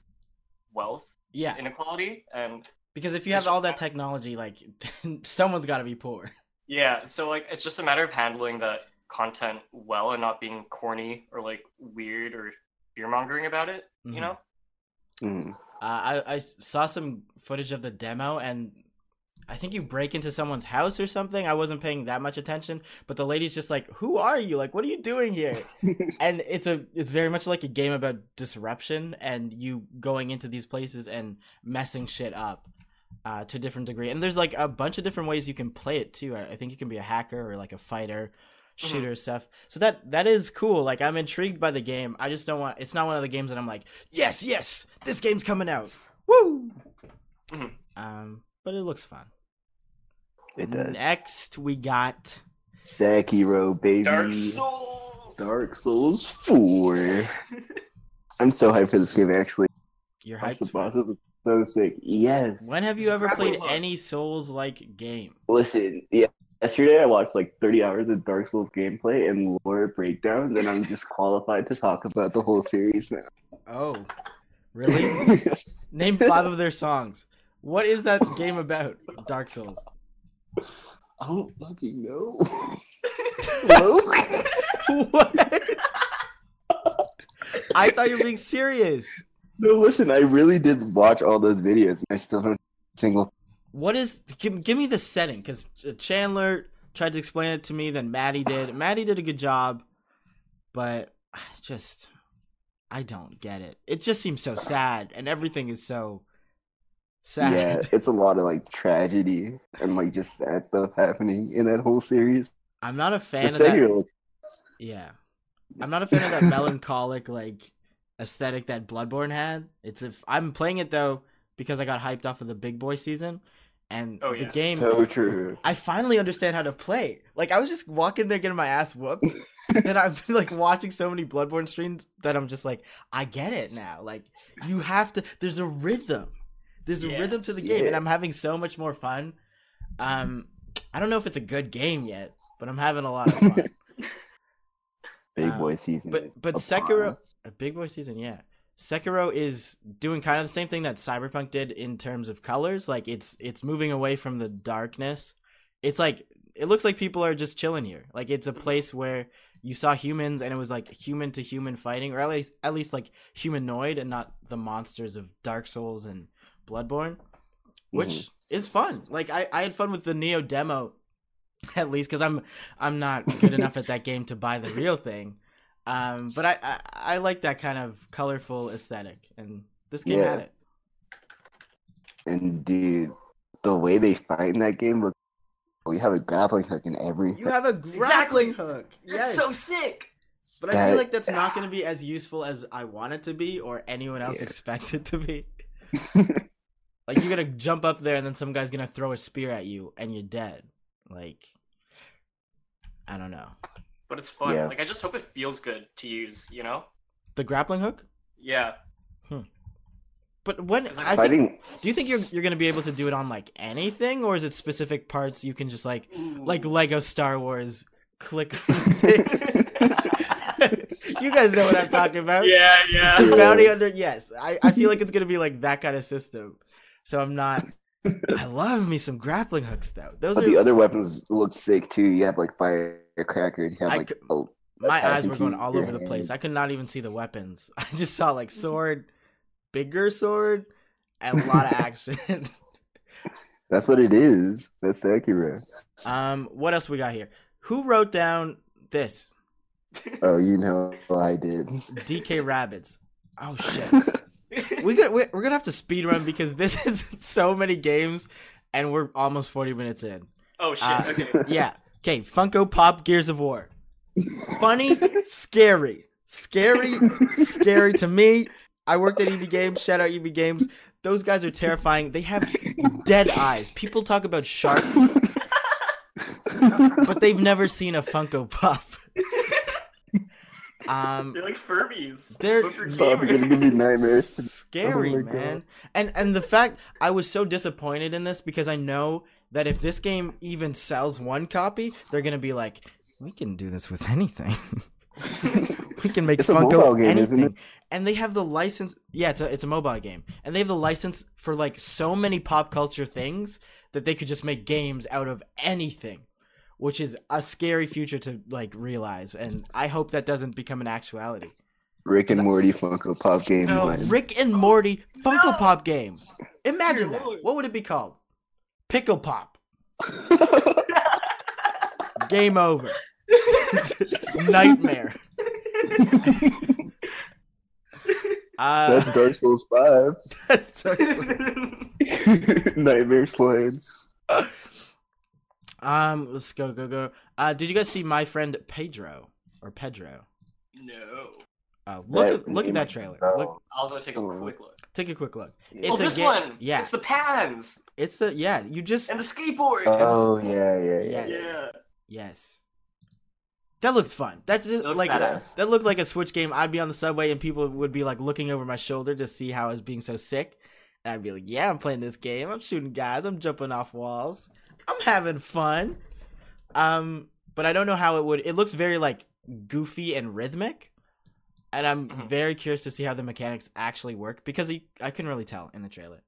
wealth
yeah
inequality and
because if you
It's
have all that
just-
technology like someone's got to be poor
Yeah, so like it's just a matter of handling that content well and not being corny or like weird or fear mongering about it,
Mhm.
you know?
Mm.
Uh, I I saw some footage of the demo, and I think you break into someone's house or something. I wasn't paying that much attention, but the lady's just like, "Who are you? Like, what are you doing here?" and it's a it's very much like a game about disruption and you going into these places and messing shit up. Uh, to a different degree, and there's like a bunch of different ways you can play it too. I I think you can be a hacker or like a fighter,
Mm-hmm.
shooter stuff. So that that is cool. Like I'm intrigued by the game. I just don't want. It's not one of the games that I'm like, yes, yes, this game's coming out. Woo.
Mhm.
Um, but it looks fun.
It does.
Next, we got
Sekiro, baby.
Dark Souls.
Mm. Dark Souls 4. I'm so hyped for this game, actually.
your
Watch
hype.
the boss is so sick. Yes.
When have you
It's a
ever
grapple
played
hook.
any Souls-like game?
Listen, yeah. Yesterday I watched like 30 hours of Dark Souls gameplay and lore breakdowns, and I'm disqualified to talk about the whole series now.
Oh, really? Name five of their songs. What is that game about? Dark Souls.
I don't fucking know. Hello?
What? I thought you were being serious.
no, listen, I really did watch all those videos, and I still don't single
What is? Give, give me the setting, because Chandler tried to explain it to me. Then Maddie did. Maddie did a good job, but I just I don't get it. It just seems so sad, and everything is so
Yeah,
sad.
it's a lot of like tragedy and like just sad stuff happening in that whole series.
I'm not a
The
fan of that.
Sekiro looks
Yeah. I'm not a fan of that melancholic like aesthetic that Bloodborne had. It's if I'm playing it though because I got hyped off of the big boy season and
Oh,
the
yeah.
game
so true.
I finally understand how to play. Like I was just walking there getting my ass whooped. and I've been like watching so many Bloodborne streams that I'm just like, I get it now. Like you have to there's a rhythm. There's a
Yeah.
rhythm to the game and
Yeah.
I'm having so much more fun. Um I don't know if it's a good game yet, but I'm having a lot of fun.
Big
Um,
boy season.
but-
is
but
upon
Sekiro-
us.
A big boy season, yeah. Sekiro is doing kind of the same thing that Cyberpunk did in terms of colors. Like it's it's moving away from the darkness. It's like it looks like people are just chilling here. Like it's a place where you saw humans and it was like human to human fighting, or at least at least like humanoid and not the monsters of Dark Souls and Bloodborne which
Mhm.
is fun. Like I, I had fun with the Neo demo, at least because I'm I'm not good enough at that game to buy the real thing. Um, but I, I I like that kind of colorful aesthetic, and this game had
Yeah.
it.
and dude, the way they fight in that game looks. We have a grappling hook in every.
You have a grappling
Exactly.
hook, yes.
That's so sick.
but I feel
That-
like that's not going to be as useful as I want it to be, or anyone else
Yeah.
expects it to be. Like you're gonna jump up there and then some guy's gonna throw a spear at you and you're dead. Like I don't know.
But it's fun.
Yeah.
Like I just hope it feels good to use, you know?
The grappling hook?
Yeah.
But when
It's like
I think,
fighting.
do you think you're you're gonna be able to do it on like anything, or is it specific parts you can just like like Lego Star Wars click? you guys know what I'm talking about.
Yeah, yeah.
The bounty under yes. I I feel like it's gonna be like that kind of system. So I'm not. I love me some grappling hooks though. Those
But
are
the other weapons look sick too. You have like firecrackers. You have
I
like
c-
a,
my eyes
passing
were going
key
all
for
over the
hand.
place. I could not even see the weapons. I just saw like sword, bigger sword, and a lot of action.
That's what it is. That's Sekiro.
um, what else we got here? Who wrote down this?
Oh, you know I did.
DK Rabbits. Oh shit. We could we're, we're gonna have to speed run because this is so many games, and we're almost forty minutes in.
oh shit.
Uh,
okay.
Yeah. Okay. Funko Pop Gears of War. Funny, scary, scary, scary to me. I worked at EB Games. Shout out EB Games. Those guys are terrifying. They have dead eyes. People talk about sharks, but they've never seen a Funko Pop. Um,
They're like Furbies.
They're-
but for
Probably gonna give me
gamers.
nightmares.
Scary,
Oh my
man.
God.
And and the fact I was so disappointed in this because I know that if this game even sells one copy, they're gonna be like, we can do this with anything. we can make
It's a mobile
Funko
game,
anything.
isn't it?
And they have the license. Yeah, it's a it's a mobile game, and they have the license for like so many pop culture things that they could just make games out of anything. Which is a scary future to like realize, and I hope that doesn't become an actuality.
Rick and Morty Funko Pop game
No.
one.
Rick and Morty Funko
No!
Pop game. Imagine
Dear
that.
Lord.
What would it be called? Pickle Pop. Game over. Nightmare.
That's
Uh,
Dark Souls Five.
that's so-
Nightmare slime.
um, let's go, go, go. Uh, did you guys see my friend Pedro or Pedro?
no.
Uh, look
That
at look at
name
that
is
trailer.
dumb.
Look,
I'll go take a
Ooh.
quick look.
take a quick look.
oh,
It's a
this
ga-
one.
yeah.
It's the pans
It's the yeah. You just
and the skateboard.
oh yeah, yeah, yeah.
Yes.
yeah.
yes. That looked fun. That just
It looks
like
badass.
That looked like a Switch game. I'd be on the subway and people would be like looking over my shoulder to see how I was being so sick. And I'd be like, yeah, I'm playing this game. I'm shooting guys. I'm jumping off walls. I'm having fun. Um, but I don't know how it would. It looks very like goofy and rhythmic. And I'm
Mhm.
very curious to see how the mechanics actually work because he, I couldn't really tell in the trailer.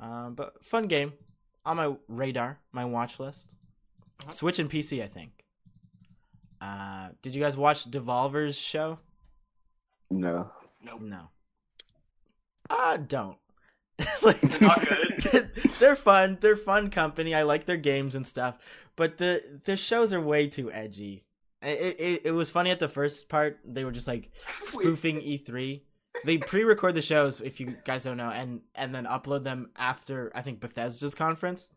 Um, but fun game on my radar, my watch list.
Mhm.
Switch and PC, I think. Uh, did you guys watch Devolver's show?
No.
Nope.
No. Uh, don't. like,
They're not good.
they're fun. They're fun company. I like their games and stuff, but the their shows are way too edgy. It, it, it was funny at the first part. They were just like spoofing E3. They pre-record the shows, if you guys don't know, and and then upload them after I think Bethesda's conference.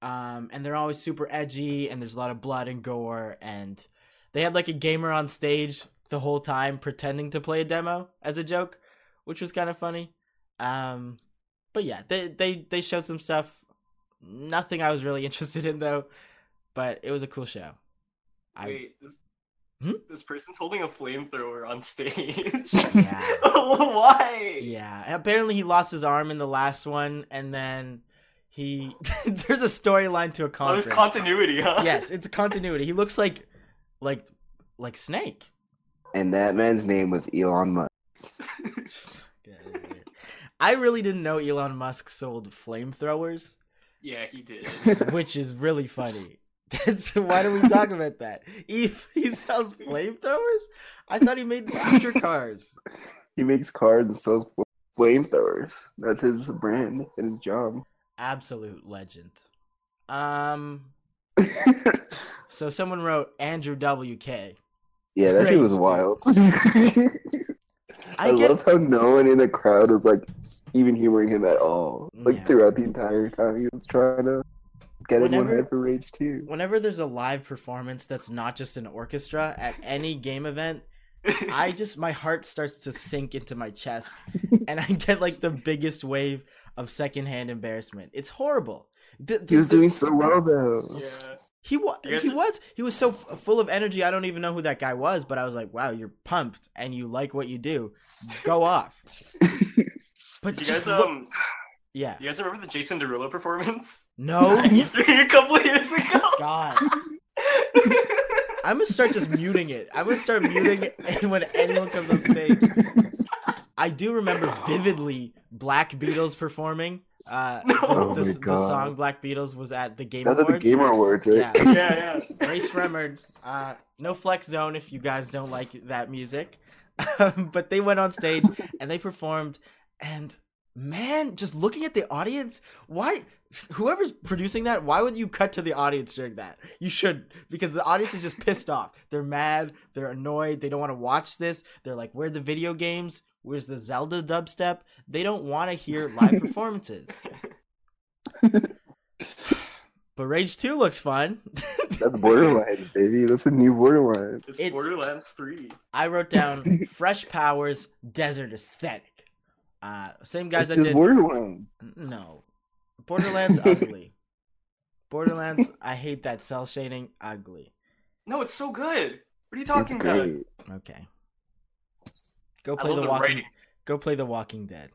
Um, and they're always super edgy, and there's a lot of blood and gore, and They had like a gamer on stage the whole time pretending to play a demo as a joke, which was kind of funny. Um, but yeah, they they they showed some stuff. Nothing I was really interested in though, but it was a cool show. I-
Wait, this,
Hmm?
this person's holding a flamethrower on stage.
Yeah.
Why?
Yeah, and apparently he lost his arm in the last one, and then he there's a storyline to a
Oh,
conference.
there's continuity, huh?
yes, it's a continuity. He looks like like like Snake.
And that man's name was Elon Musk.
Get out of here. I really didn't know Elon Musk sold flamethrowers,
Yeah, he did.
which is really funny. That's why do we talk about that? He he sells flamethrowers. I thought he made future cars.
He makes cars and sells flamethrowers. That's his brand and his job.
Absolute legend. Um. So someone wrote Andrew WK.
yeah, that shit was
Crazy.
wild. I,
I get-
loved how no one in the crowd was like even humoring him at all. Like
Yeah.
throughout the entire time, he was trying to get everyone
Whenever-
hyped for Rage Two.
whenever there's a live performance that's not just an orchestra at any game event, I just my heart starts to sink into my chest and I get like the biggest wave of secondhand embarrassment. It's horrible. The- the-
He was
the-
doing so well though.
yeah.
he was
You guys-
he was he was so f- full of energy. I don't even know who that guy was, but I was like, "Wow, you're pumped and you like what you do. Go off." But
Did you
just
guys
look-
um
yeah.
you guys remember the Jason Derulo performance?
No.
a couple years ago.
Oh, God. I'm gonna start just muting it. I'm gonna start muting it when anyone comes on stage. I do remember vividly Black Beatles performing. Uh, the,
Oh
the,
my
the
God.
song Black Beatles was at the Game
That's at
Awards.
the Gamer Awards, right?
Yeah.
yeah, yeah.
Grace Remard, uh, no flex zone if you guys don't like that music. Um, but they went on stage and they performed, and man, just looking at the audience, why? Whoever's producing that, why would you cut to the audience during that? You should, because the audience is just pissed off. They're mad. They're annoyed. They don't want to watch this. They're like, "Where are the video games? Where's the Zelda dubstep?" They don't want to hear live performances. but Rage Two looks fun.
That's Borderlands, baby. That's a new Borderlands.
It's,
It's-
Borderlands 3.
I wrote down Fresh Powers Desert Aesthetic. Uh, same guys
it's
that
just
did
Borderlands.
no Borderlands ugly. Borderlands, I hate that cell shading ugly.
No, it's so good. What are you
It's
talking about?
great.
Okay, go
I
play
love
the
the
Walking.
writing.
Go play the Walking Dead.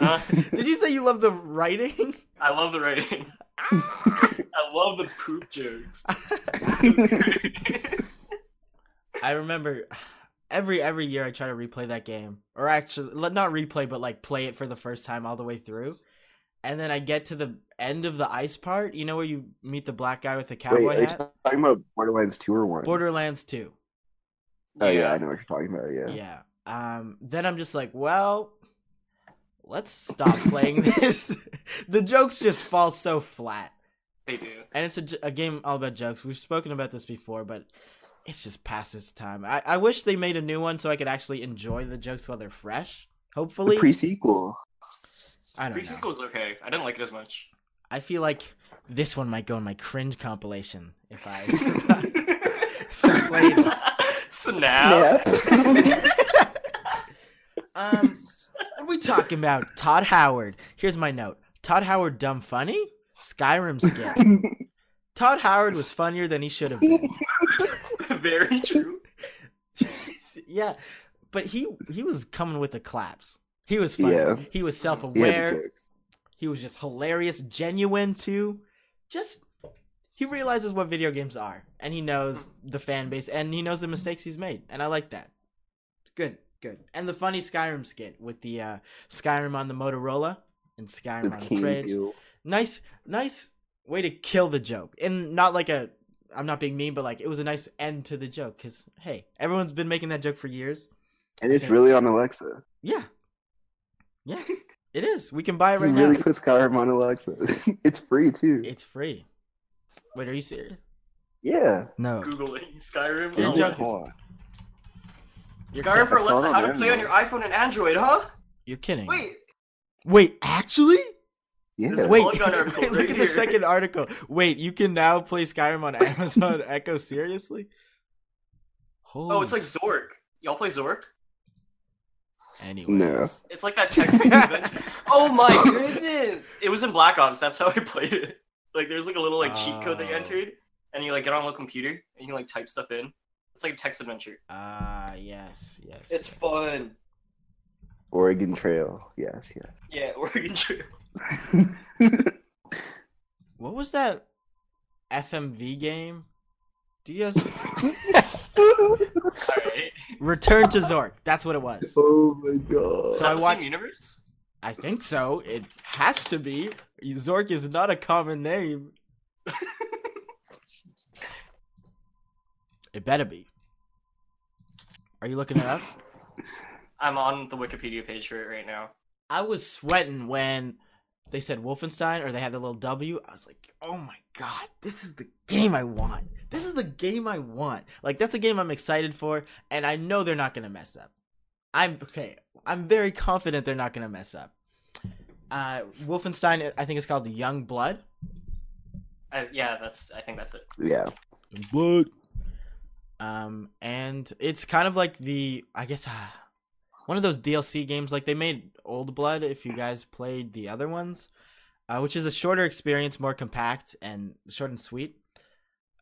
Huh?
did you say you love the writing?
I love the writing. I love the poop jokes. It's
I remember every every year I try to replay that game, or actually le- not replay, but like play it for the first time all the way through, and then I get to the end of the ice part. You know where you meet the black guy with the
Wait,
cowboy
are you
hat.
talking about Borderlands 2 or 1?
Borderlands Two.
oh, yeah, I know what you're talking about, yeah.
Yeah. Um. Then I'm just like, well, let's stop playing this. the jokes just fall so flat,
They do.
and it's a, j- a game all about jokes. We've spoken about this before, but it's just past its time. I, I wish they made a new one so I could actually enjoy the jokes while they're fresh. Hopefully,
The pre sequel.
I
Pre
don't know.
sequel's okay. I didn't like it as much.
I feel like this one might go in my cringe compilation if I. if I played.
Snap.
Um, what are we talking about Todd Howard? Here's my note: Todd Howard, dumb funny, Skyrim skip. Todd Howard was funnier than he should have been.
Very true.
yeah, but he he was coming with the claps. He was funny.
Yeah.
He was
Yeah,
self-aware.
the jokes.
He was just hilarious, genuine too. Just he realizes what video games are, and he knows the fan base, and he knows the mistakes he's made, and I like that. Good, good. And the funny Skyrim skit with the uh, Skyrim on the Motorola and Skyrim
The
on the
King
fridge.
Deal.
Nice, nice way to kill the joke, and not like a. I'm not being mean, but like it was a nice end to the joke because hey, everyone's been making that joke for years.
And it's
Okay.
really on Alexa.
Yeah, yeah, it is. We can buy it
He
right now.
really puts Skyrim on Alexa. it's free, too.
It's free. Wait, are you serious?
yeah.
No.
Googling Skyrim.
You're
Oh,
joking. You're,
Skyrim for
That's all
Alexa. How to
I'm
play on your iPhone and Android, huh?
you're kidding.
Wait,
Wait, actually?
Yeah.
This-
Wait,
Look on our article
look
right
at the
here.
second article. Wait, you can now play Skyrim on Amazon Echo? Seriously? Holy
Oh, it's like Zork. Y'all play Zork?
Anyways.
No.
It's like that text-based adventure. Oh my goodness! It was in Black Ops. That's how I played it. Like there's like a little like cheat code that you
Oh.
entered, and you like get on a little computer and you can, like type stuff in. It's like a text adventure.
Ah, yes, yes. yes.
It's fun.
Oregon Trail. Yes,
Yeah, Oregon Trail.
yes.
What was that FMV game? Do you guys
All right.
Return to Zork? That's what it was.
oh my god.
Is
So
that
I
the
watched-
same universe.
I think so. It has to be. Zork is not a common name. it better be. Are you looking it up?
I'm on the Wikipedia page for it right now.
I was sweating when they said Wolfenstein or they had the little W. I was like, oh my god, this is the game I want. This is the game I want. Like that's a game I'm excited for, and I know they're not gonna mess up. I'm okay. I'm very confident they're not gonna mess up. Uh, Wolfenstein, I think it's called the Young Blood.
I, yeah, that's. I think that's it.
yeah.
Blood. Um, and it's kind of like the I guess uh, one of those DLC games. Like they made Old Blood. If you guys played the other ones, uh, which is a shorter experience, more compact and short and sweet.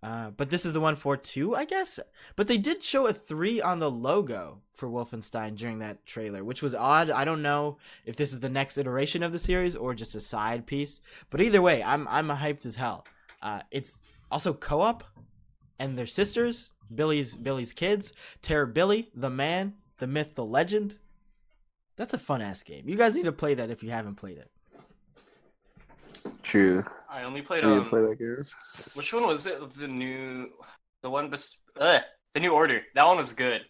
Uh, but this is the one for two, I guess. But they did show a three on the logo for Wolfenstein during that trailer, which was odd. I don't know if this is the next iteration of the series or just a side piece. But either way, I'm I'm hyped as hell. Uh, it's also co-op, and their sisters, Billy's Billy's kids, Terror Billy, the man, the myth, the legend. That's a fun ass game. You guys need to play that if you haven't played it.
True.
I only played.
I need to
Um,
play that game.
which one was it? The new, the one. Bes- Ugh, the new order. That one was good.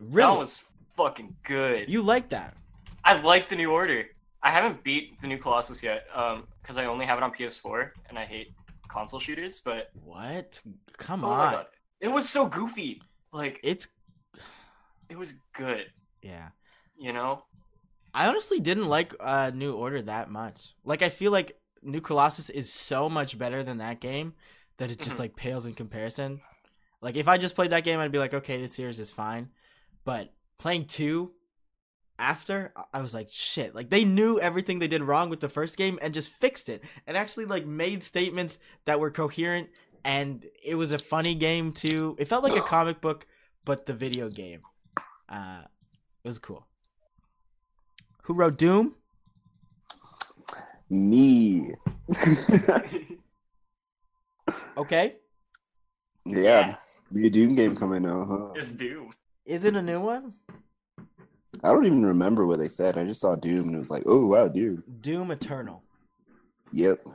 Really,
That was fucking good.
you like that?
I like the new order. I haven't beat the new Colossus yet, um, because I only have it on PS4 and I hate console shooters. But
What? Come
oh my
on,
god, it was so goofy. Like it,
it's
was good.
yeah.
You know,
I honestly didn't like uh, New Order that much. Like I feel like New Colossus is so much better than that game that it just
Mhm.
like pales in comparison. Like if I just played that game, I'd be like, okay, this series is fine. But playing two after, I- I was like, shit. Like they knew everything they did wrong with the first game and just fixed it and actually like made statements that were coherent and it was a funny game too. It felt like a comic book, but the video game. Uh, it was cool. Who wrote Doom?
Me. yeah,
Okay.
New Doom game coming out, huh?
it's Doom.
Is it a new one?
I don't even remember what they said. I just saw Doom and it was like, oh wow, Doom.
Doom Eternal.
Yep.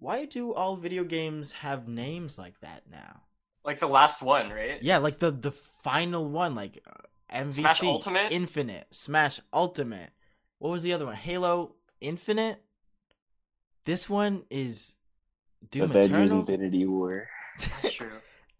Why do all video games have names like that now?
Like the last one, right?
Yeah, like the the final one, like uh, MVC
Smash Ultimate?
Infinite, Smash Ultimate. What was the other one? Halo Infinite. This one is Doom
Avengers
Eternal.
Infinity War.
That's true.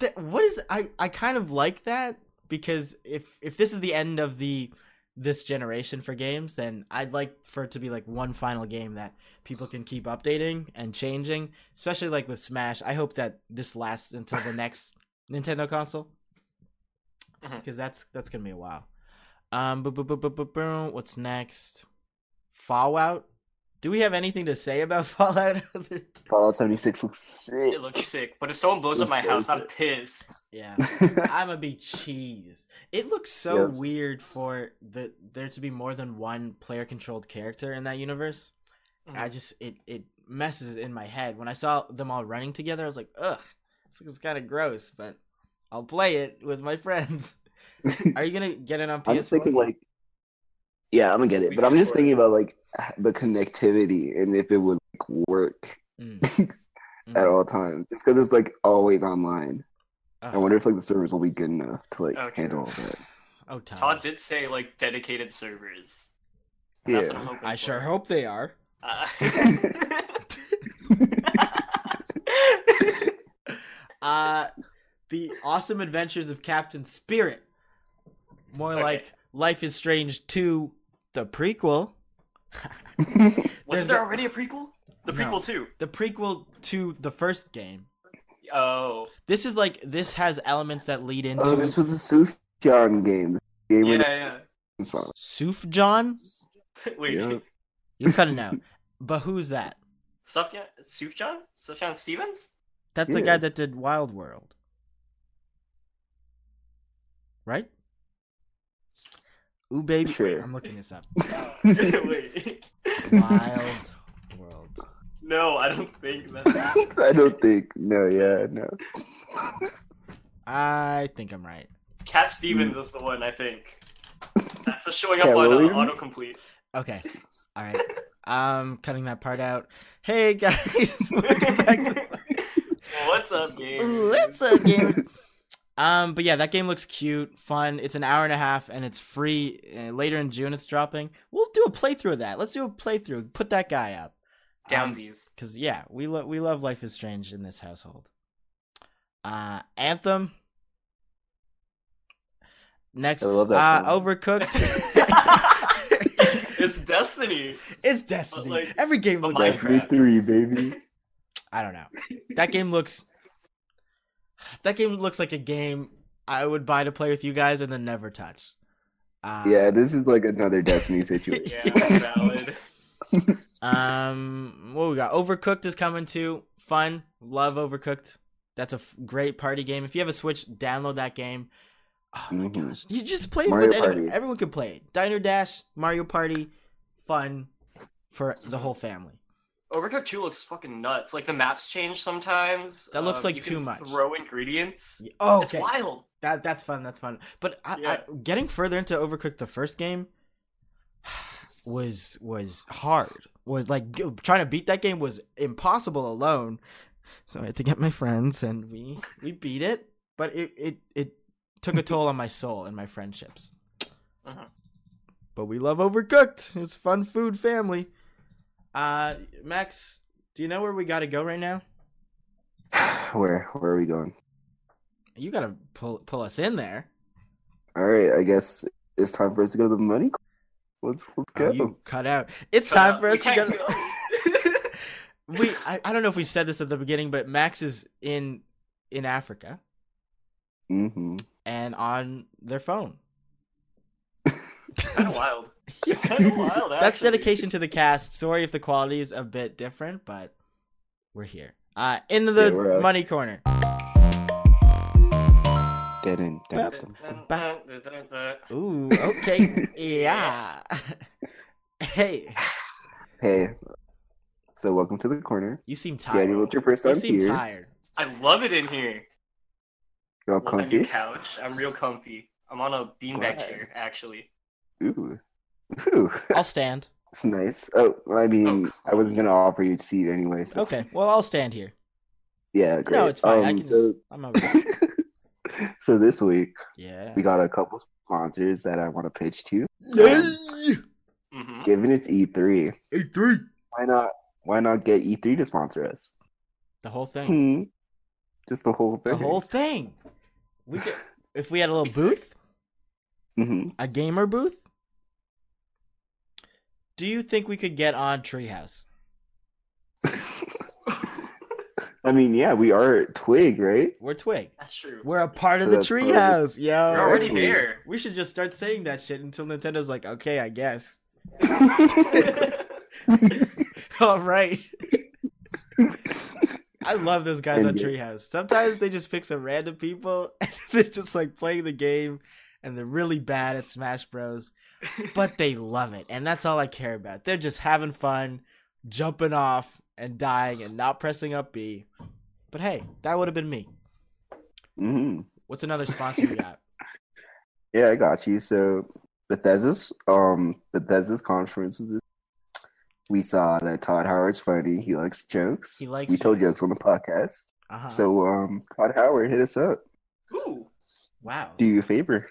Th- what is I I kind of like that because if if this is the end of the this generation for games, then I'd like for it to be like one final game that people can keep updating and changing, especially like with Smash. I hope that this lasts until the next Nintendo console
Mhm.
because that's that's gonna be a while. Um, bu- bu- bu- bu- bu- bu- what's next? Fallout. Do we have anything to say about Fallout?
Fallout 76 looks sick.
It looks sick. But if someone blows up my house, I'm pissed.
yeah. I'm gonna be cheese. It looks so
Yes.
weird for the there to be more than one player controlled character in that universe.
Mm.
I just it it messes in my head. When I saw them all running together, I was like, ugh, this looks kind of gross, but I'll play it with my friends. Are you gonna get it on PS4?
I'm just thinking like yeah, I'm gonna get it, but I'm just thinking about like the connectivity and if it would like, work
Mm.
Mm.
at all times. Just because it's like always online.
Ugh.
I wonder if like the servers will be good enough to like
Oh, true.
handle all that.
Oh, Todd.
Todd did say like dedicated servers.
Yeah.
That's what I'm hoping
I
for.
sure hope they are.
Uh,
Uh, the awesome adventures of Captain Spirit. More
Okay.
like Life is Strange 2, the prequel.
wasn't
There's
there already a prequel? The
No.
prequel too.
The prequel to the first game.
Oh,
This is like this has elements that lead into
Oh, this was a Sufjan game. This game
yeah,
with
yeah.
the song.
Suf John.
Wait,
Yeah.
You're cutting out. but who's that?
Sufjan, Sufjan, Sufjan Stevens.
That's the
Yeah.
guy that did Wild World. Right? Ooh baby. wait,
Sure.
I'm looking this up.
Wait,
Wild World.
no, I don't think that.
I don't think. No, yeah, no.
I think I'm right.
Cat Stevens is the one I think. That's what's showing
Cat
up on uh,
Williams?
autocomplete.
Okay. All right. I'm cutting that part out. Hey guys, welcome back to
What's up, game?
What's up, game? um, but yeah, that game looks cute, fun. It's an hour and a half, and it's free. Uh, later in June, it's dropping. We'll do a playthrough of that. Let's do a playthrough. Put that guy up. Um,
Downsies.
Cause yeah, we lo- we love Life is Strange in this household. Uh, Anthem. Next,
I love that
uh,
song.
Overcooked.
it's Destiny.
it's Destiny.
But, like,
Every game
but
looks like
Minecraft.
Destiny
that.
three, baby.
I don't know. That game looks. That game looks like a game I would buy to play with you guys and then never touch. Uh,
Yeah, this is like another Destiny situation.
Yeah, valid.
Um, what we got? Overcooked is coming too. Fun. Love Overcooked. That's a f- great party game. If you have a Switch, download that game. Oh my
Mhm.
gosh. You just play it
Mario
with anyone.
Party.
Everyone can play it. Diner Dash, Mario Party, fun for the whole family.
Overcooked 2 looks fucking nuts. Like the maps change sometimes. Uh,
That looks like
you
too
can
much.
Throw ingredients.
Yeah, Oh,
It's
okay.
wild.
That that's fun. That's fun. But I,
Yeah.
I, getting further into Overcooked, the first game was was hard. Was like g- trying to beat that game was impossible alone. So I had to get my friends, and we we beat it. But it it it took a toll on my soul and my friendships.
Uh-huh.
But we love Overcooked. It's fun food family. Uh, Max, do you know where we got to go right now?
where where are we going?
You got to pull pull us in there.
All right, I guess it's time for us to go to the money. qu- Let's let's
Oh,
go.
you cut out. It's
Cut
time
out.
for
You
us to go.
can't
to- we I, I don't know if we said this at the beginning, but Max is in in Africa
hmm
and on their phone.
Kind of wild. It's kind of wild.
That's
actually.
dedication to the cast. Sorry if the quality is a bit different, but we're here. Uh into the
Yeah, we're out.
money corner.
Get in.
Bap.
Get in.
Ooh, okay. yeah. hey,
Hey, so welcome to the corner.
you seem tired.
Daniel, it's your first
you
time
seem
here.
tired.
I love it in here.
You're all
Love my new
comfy.
couch. I'm real comfy. I'm on a beanbag
Glad.
chair, actually.
Ooh, ooh,
I'll stand.
it's nice. Oh, I mean, I wasn't gonna offer you a seat anyway. So
Okay. Well, I'll stand here.
Yeah, great.
No, it's fine. I
Um,
can
so,
just I'm over.
so this week
Yeah.
we got a couple sponsors that I want to pitch to.
Um,
hmm
Given it's E3,
Hey, three.
why not? Why not get E3 to sponsor us?
The whole thing.
Hmm. Just the whole thing.
The whole thing. We could, if we had a little booth,
hmm
a gamer booth. Do you think we could get on Treehouse?
I mean, yeah, we are Twig, right?
We're Twig.
That's true.
We're a part of
So
the
that's part of
Treehouse,
We're
yo.
already there.
We should just start saying that shit until Nintendo's like, okay, I guess.
Mm-hmm.
All right. I love those guys on
And uh, yet-
Treehouse. Sometimes they just pick some random people and they're just like playing the game and they're really bad at Smash Bros. But they love it. And that's all I care about. They're just having fun, jumping off and dying and not pressing up B. But hey, that would have been me.
hmm
What's another sponsor you got?
Yeah, I got you. So Bethesda's um Bethesda's conference was this. We saw that Todd Howard's funny. He likes jokes.
He likes
We told
jokes.
jokes on the podcast.
Uh-huh.
So um, Todd Howard, hit us up.
Ooh,
wow.
Do you a favor.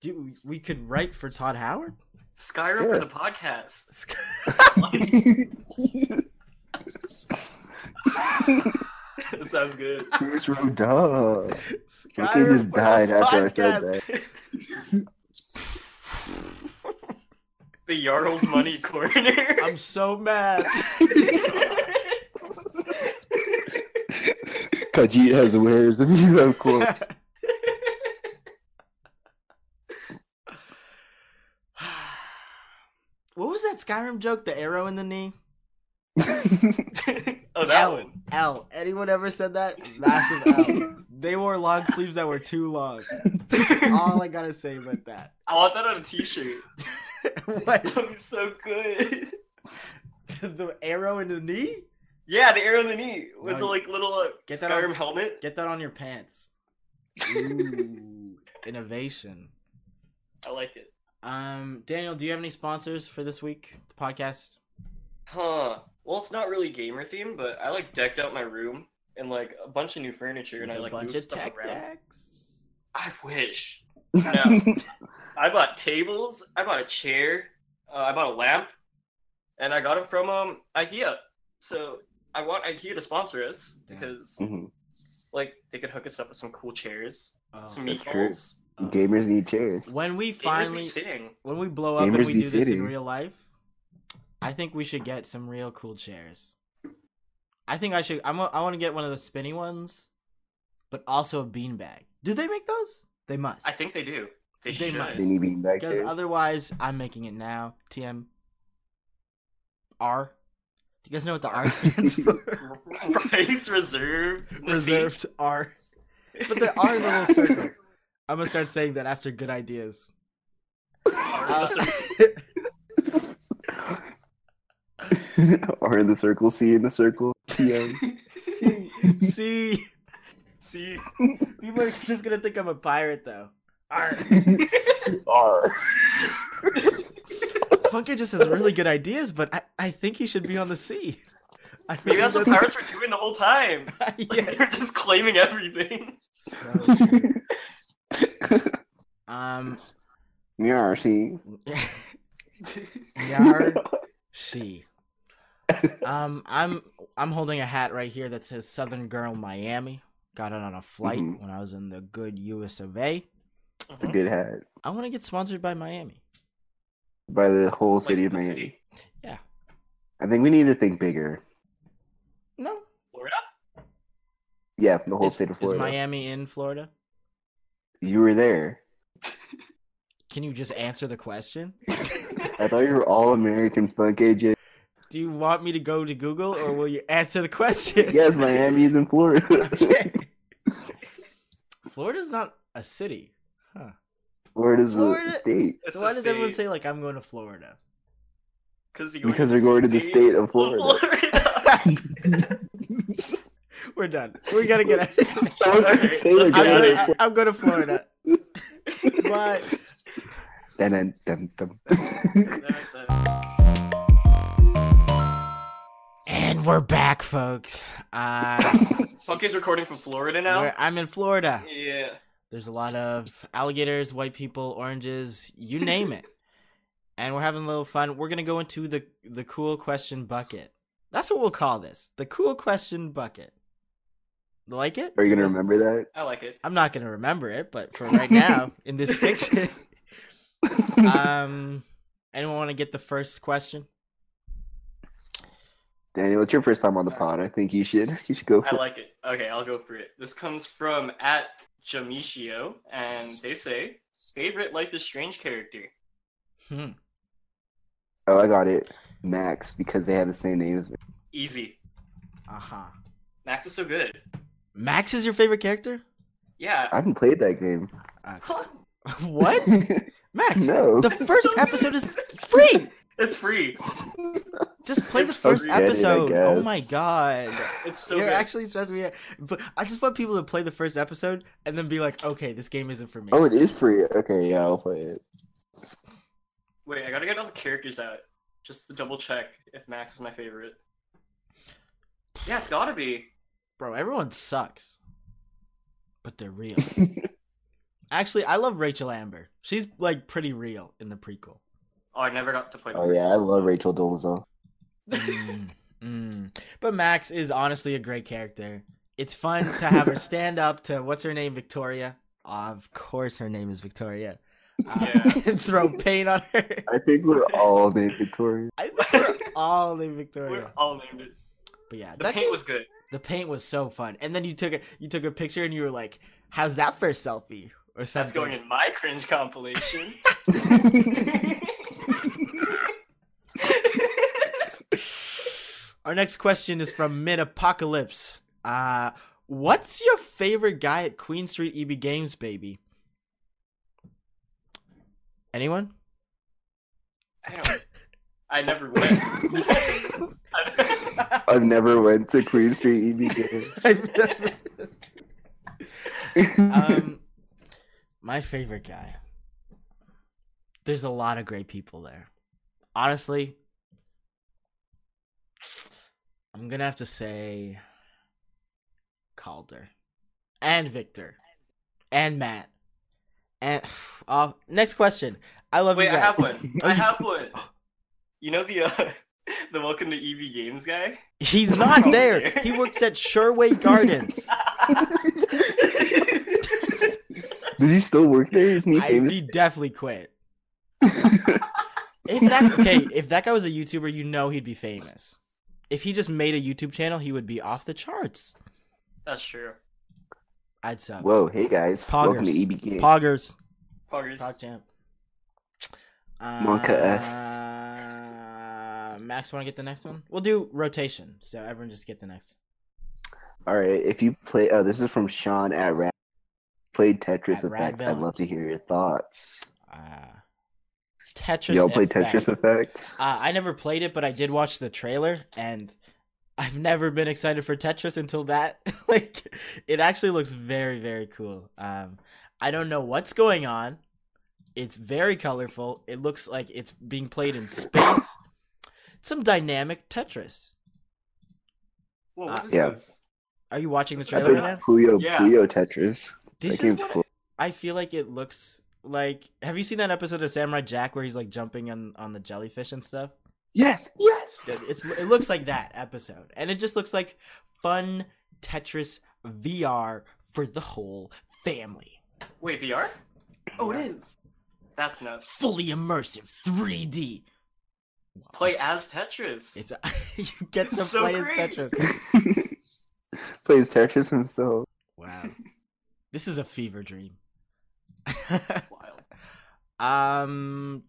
Do, we could write for Todd Howard?
Skyrim
Yeah.
for the podcast. that sounds good.
Chris Rodin.
Skyrim
just
for the
died after I said
podcast.
The Jarl's Money Corner.
I'm so mad.
Khajiit has wares if you have quote.
what was that Skyrim joke? The arrow in the knee?
oh, that
L,
one.
L. Anyone ever said that? Massive L. They wore long sleeves that were too long. That's all I gotta say about that.
I want that on a T-shirt. That
what?
was so good.
The arrow in the knee?
Yeah, the arrow in the knee with
No,
the
you-
like little uh,
Get that
Skyrim
on-
helmet.
Get that on your pants. Ooh, innovation.
I like it.
Um, Daniel, do you have any sponsors for this week? The podcast.
Huh. Well, it's not really gamer themed, but I like decked out my room and like a bunch of new furniture, and
With
I
a
like
bunch
moved
of
stuff
tech
around.
decks.
I wish. No. I bought tables. I bought a chair. Uh, I bought a lamp, and I got it from um IKEA. So I want IKEA to sponsor us
Damn.
because
Mhm.
like they could hook us up with some cool chairs,
Oh,
some
That's true.
meatballs.
oh.
Gamers need chairs.
When we
Gamers be
finally,
sitting.
when we blow up
Gamers
and we
be
do this in
sitting.
real life, I think we should get some real cool chairs. I think I should. I'm. A, I want to get one of those spinny ones, but also a beanbag. Do they make those? They must.
I think they do. They,
They
should.
must.
Spinny bean back
Because
there.
otherwise, I'm making it now. TM. R. Do you guys know what the R
R.
stands for?
Rice reserve. The seat.
Reserved R. But the R little circle. I'm gonna start saying that after good ideas. Uh,
Ours is a-
or in the circle, C in the circle. TM.
See, see,
See,
people are just gonna think I'm a pirate though. R.
R.
Funky just has really good ideas, but I, I think he should be on the sea. I
maybe
mean,
that's what pirates were doing the whole time.
yeah.
They're just claiming everything.
So true. Um,
Meow, C.
Yar she. Um, I'm I'm holding a hat right here that says Southern Girl Miami. Got it on a flight
Mhm.
when I was in the good US of A.
It's
Uh-huh.
a good hat.
I want to get sponsored by Miami.
By the whole
Like,
city of
the
Miami.
city.
I think we need to think bigger.
No,
Florida?
Yeah, the whole
is,
state of
is
Florida.
Miami in Florida?
You were there.
Can you just answer the question?
I thought you were all American funk agent.
Do you want me to go to Google or will you answer the question?
Yes, Miami is in Florida.
Okay. Florida's not a city.
Florida's
Florida-
the state.
It's
so why
a
does everyone
state.
say like I'm going to Florida?
Cause you're going
Because
to
they're going to the state of
of
Florida.
Florida.
We're done. We gotta get out. of here.
Someone can
Alright,
say
let's
they're
get
I'm, going, I'm going
outta here.
going to
to Florida. Bye.
Dun, dun, dun, dun.
And we're back, folks. Uh,
Funky's recording from Florida now.
we're- I'm in Florida.
Yeah.
There's a lot of alligators, white people, oranges, you name it. And we're having a little fun. We're gonna go into the the cool question bucket. That's what we'll call this. The cool question bucket. Like it?
Are you going to
Yes.
remember that?
I like it.
I'm not gonna remember it, but for right now, in this fiction. Um anyone wanna get the first question?
Daniel, it's your first time on the pod. I think you should you should go
I
for
like it. Okay, I'll go for it. This comes from at Jamishio, and they say favorite Life is Strange character.
Hmm.
Oh, I got it. Max, because they had the same name as me.
Easy.
Uh-huh.
Max is so good.
Max is your favorite character?
Yeah.
I haven't played that game.
Uh, what? Max,
no.
the first episode is free!
It's free.
Just play the
It's
first
free.
Get it, I
episode. oh
guess.
my god.
It's so
You're
good.
actually stressing me out. But I just want people to play the first episode and then be like, okay, this game isn't for me.
oh, it is free. Okay, yeah, I'll play it.
Wait, I gotta get all the characters out just to double check if Max is my favorite. Yeah, it's gotta be.
Bro, everyone sucks. But they're real. Actually, I love Rachel Amber. She's like pretty real in the prequel.
Oh, I never got to play.
Oh yeah, I love Rachel Dolezal.
Mm, mm. But Max is honestly a great character. It's fun to have her stand up to what's her name, Victoria. Of course, her name is Victoria. Uh,
Yeah.
and throw paint on her.
I think we're all named Victoria.
I think we're all in Victoria.
We're all named it.
But Oh, yeah,
The
that
paint
game,
was good.
The paint was so fun. And then you took a you took a picture and you were like, "How's that for a selfie?" Or something.
That's going in my cringe compilation.
Our next question is from Mid Apocalypse. Uh, what's your favorite guy at Queen Street EB Games, baby? Anyone?
I don't. I never went.
I've never went to Queen Street E EB Games.
um, my favorite guy. There's a lot of great people there. Honestly, I'm gonna have to say Calder and Victor and Matt and uh, next question. I love
Wait,
you.
I
guys.
have one. I have one. You know the uh, the welcome to EV Games guy.
He's not
Oh,
there.
dear.
He works at Sherway Gardens.
Does he still work there? Isn't he
I,
famous?
he definitely quit. If that okay, if that guy was a YouTuber, you know he'd be famous. If he just made a YouTube channel, he would be off the charts.
That's true.
I'd sub.
Whoa, hey guys. Welcome to
Poggers.
EB Games.
Poggers.
Poggers.
Talk champ.
Monka
Uh, Max, want to get the next one? We'll do rotation, so everyone just get the next.
All right, if you play, oh, this is from Sean at Rag. Played Tetris
At
Effect.
Ragville.
I'd love to hear your thoughts.
Uh, Tetris.
Y'all play
Effect.
Tetris Effect?
Uh, I never played it, but I did watch the trailer, and I've never been excited for Tetris until that. like, it actually looks very, very cool. Um, I don't know what's going on. It's very colorful. It looks like it's being played in space. Some dynamic Tetris.
Whoa, what
Uh,
is
yeah.
this?
Are you watching the
I
I
trailer
played
right now?
Puyo
Yeah.
Puyo Tetris.
This
that
is
game's
what
cool.
I feel like it looks like. Have you seen that episode of Samurai Jack where he's like jumping on on the jellyfish and stuff?
Yes, yes.
It- It's it looks like that episode, and it just looks like fun Tetris VR for the whole family.
Wait, VR? Oh, it is. That's nuts.
Fully immersive 3D.
Play
It's,
as Tetris.
it's you get to
It's so
play as
great.
Tetris.
Plays Tetris himself.
Wow, this is a fever dream.
wild.
um,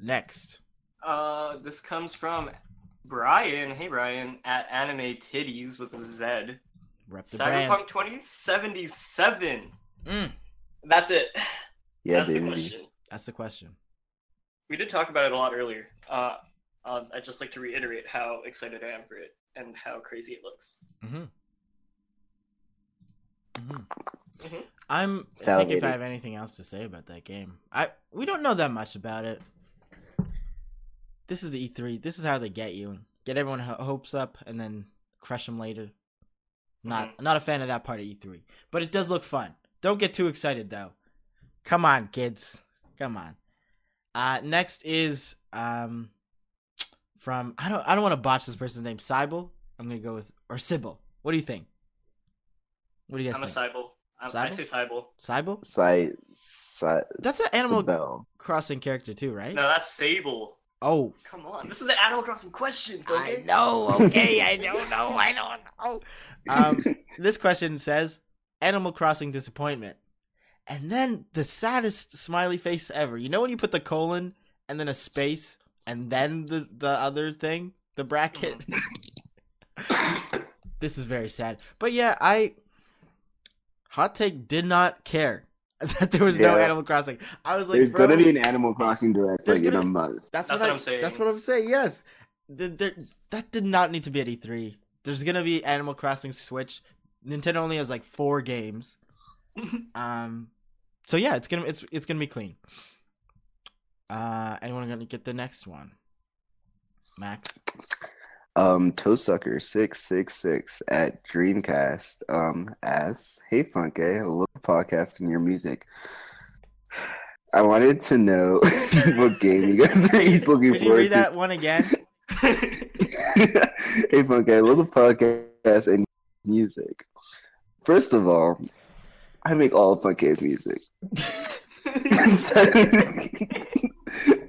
next.
Uh, this comes from Brian. Hey, Brian at Anime Titties with a Z.
Rep the brand.
Cyberpunk 2077.
Mm,
That's it.
Yeah,
That's the
baby.
question.
that's the question.
We did talk about it a lot earlier. Uh, uh, I'd just like to reiterate how excited I am for it and how crazy it looks.
Mm-hmm. hmm
Mhm.
I'm thinking if
Salivated.
I have anything else to say about that game. I we don't know that much about it. This is the E3. This is how they get you. Get everyone ho- hopes up and then crush them later. Not not a fan of that part of E3, but it does look fun. Don't get too excited though. Come on, kids. Come on. Uh next is um from I don't I don't want to botch this person's name. Sybil. I'm gonna go with or Sybil. What do you think? What do you guys
I'm a
think?
Cybel. I, I
Cybele?
say Cybel.
Sybil?
Cy, Cy,
That's an Animal
Sabelle.
Crossing character too, right?
No, that's Sable.
Oh,
Come on. This is an Animal Crossing question.
I
Logan.
know. Okay, I don't know. I don't know. Um, this question says Animal Crossing disappointment, and then the saddest smiley face ever. You know when you put the colon and then a space and then the the other thing, the bracket. this is very sad. But yeah, I hot take did not care that there was no
Yeah.
Animal Crossing. I was like,
There's
bro,
gonna be an Animal Crossing direct
There's
like in
gonna
a
be-
month.
That's,
That's
what,
what
I,
I'm saying.
That's what I'm saying. Yes, Th- there- that did not need to be at E3. There's gonna be Animal Crossing Switch. Nintendo only has like four games. um, so yeah, it's gonna it's it's gonna be clean. Uh, anyone gonna get the next one? Max.
Um, Toesucker six six six at Dreamcast. Um, as hey Funke, I love the podcast and your music. I wanted to know what game you guys are each looking
Could you
forward
read that one again?
to. hey Funke, I love the podcast and music. First of all, I make all of Funke's music.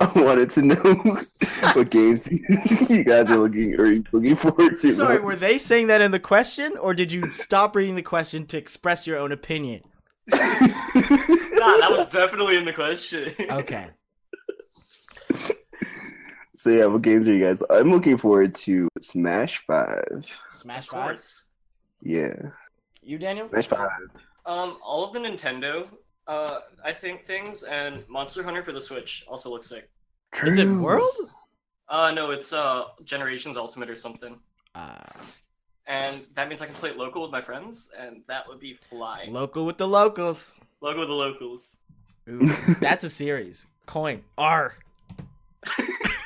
I wanted to know what games you guys are looking or looking forward to.
Sorry,
most.
were they saying that in the question, or did you stop reading the question to express your own opinion?
Nah, that was definitely in the question.
Okay.
So yeah, what games are you guys? I'm looking forward to Smash Five.
Smash
Of
Five.
course.
Yeah,
You, Daniel?
Smash Five.
Um, all of the Nintendo, uh, I think things, and Monster Hunter for the Switch also looks sick.
Is it
True.
World?
Uh, no, it's uh Generations Ultimate or something,
Uh,
and that means I can play it local with my friends, and that would be fly.
local with the locals.
local with the locals.
Ooh, that's a series. Coin. R.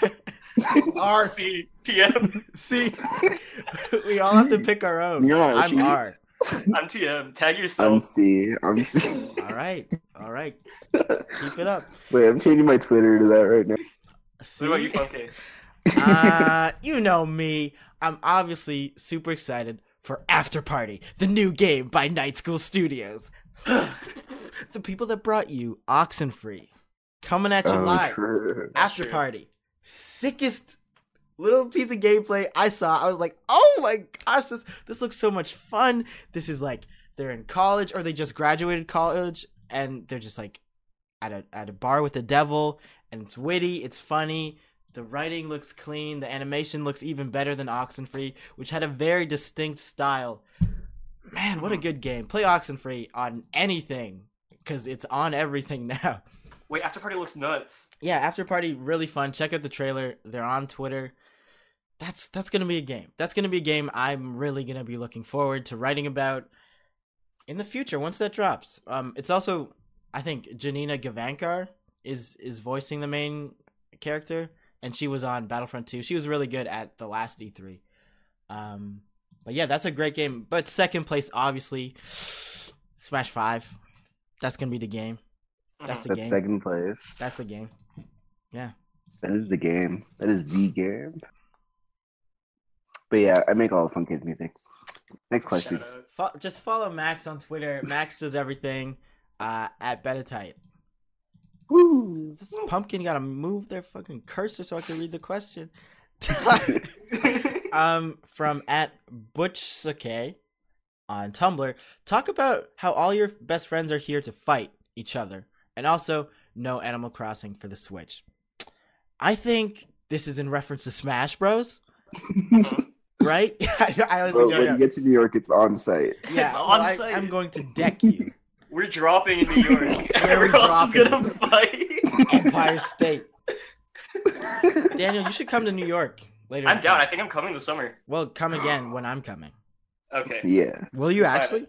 R.
RC TM.
C. we all have to
C.
pick our own.
Yeah,
I'm
she-
R.
I'm TM. Tag
I'm
yourself.
C. I'm C.
All right. All right. Keep it up.
Wait, I'm changing my Twitter to that right now.
C.
What about you, Funky?
uh, you know me. I'm obviously super excited for After Party, the new game by Night School Studios. the people that brought you Oxenfree coming at you
Oh,
live.
true.
That's
After
true.
Party, sickest little piece of gameplay I saw. I was like, oh my gosh, this this looks so much fun. This is like they're in college or they just graduated college and they're just like at a at a bar with the devil and it's witty, it's funny. The writing looks clean. The animation looks even better than Oxenfree, which had a very distinct style. Man,
Hmm.
what a good game! Play Oxenfree on anything because it's on everything now.
Wait, After Party looks nuts.
yeah, after party really fun. Check out the trailer. They're on Twitter. That's that's gonna be a game. That's gonna be a game I'm really gonna be looking forward to writing about in the future once that drops. Um, it's also I think Janina Gavankar is is voicing the main character, and she was on Battlefront 2. She was really good at the last E3. Um, but yeah, that's a great game. But second place, obviously, Smash Five. That's gonna be the game. That's
Mhm.
the
That's
game.
second place.
That's the game.
That is the game. That is the game. But yeah, I make all fun kids music. Next question.
Shout out.
Fo- just follow Max on Twitter. Max does everything uh, at Betatight.
Woo!
This pumpkin got to move their fucking cursor so I can read the question. um, from at Butch Sake on Tumblr. Talk about how all your best friends are here to fight each other, and also no Animal Crossing for the Switch. I think this is in reference to Smash Bros. Right? I, I honestly don't
Bro, when you
know.
get to New York, it's on site.
Yeah,
It's
well,
on
I,
site.
I'm going to deck you.
We're dropping in New York.
Where are we
We're all just
dropping?
gonna fight.
Empire State. Daniel, you should come to New York later.
I'm
this
down. I
summer.
think I'm coming this summer.
Well, come again when I'm coming.
Okay,
Yeah.
Will you
Alright.
actually?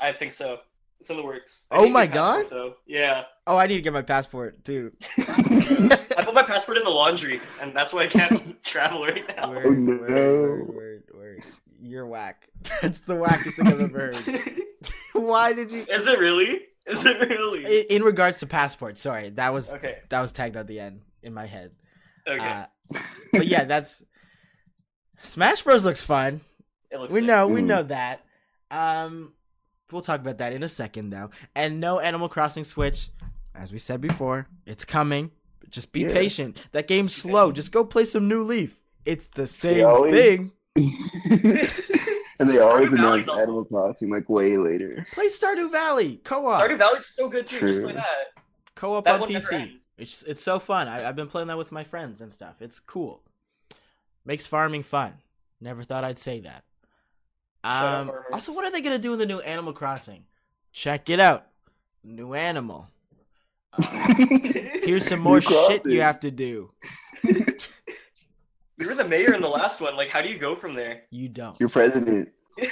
I think so. It's in the works. I
Oh
need a
my
passport, Though. Yeah,
Oh, I need to get my passport too.
I put my passport in the laundry, and that's why I can't travel right now.
Word,
Oh, no.
word, word, word. You're whack. That's the wackest thing I've ever heard. Why did you?
Is it really? Is it really?
In, in regards to passport, sorry, that was
okay.
that was tagged at the end in my head.
Okay.
Uh, but yeah, that's Smash Bros. looks fun.
it looks.
we
sick.
know we
Mm.
know that um we'll talk about that in a second though and no animal crossing switch as we said before it's coming just be
Yeah.
patient that game's slow just go play some new leaf it's the same
always-
thing
and they always
Stardew Valley's
announce
also-
Animal Crossing like way later.
play stardew valley co-op
Stardew Valley's so good too. Just play
True.
that.
co-op
That
on
one never
pc
ends.
it's it's so fun I, i've been playing that with my friends and stuff it's cool makes farming fun never thought i'd say that
Shout out
um
farmers.
also what are they gonna do in the new animal crossing check it out new animal Uh, Here's some
New
more shit
crossing.
you have to do.
We were the mayor in the last one. Like, how do you go from there?
You don't.
Your president.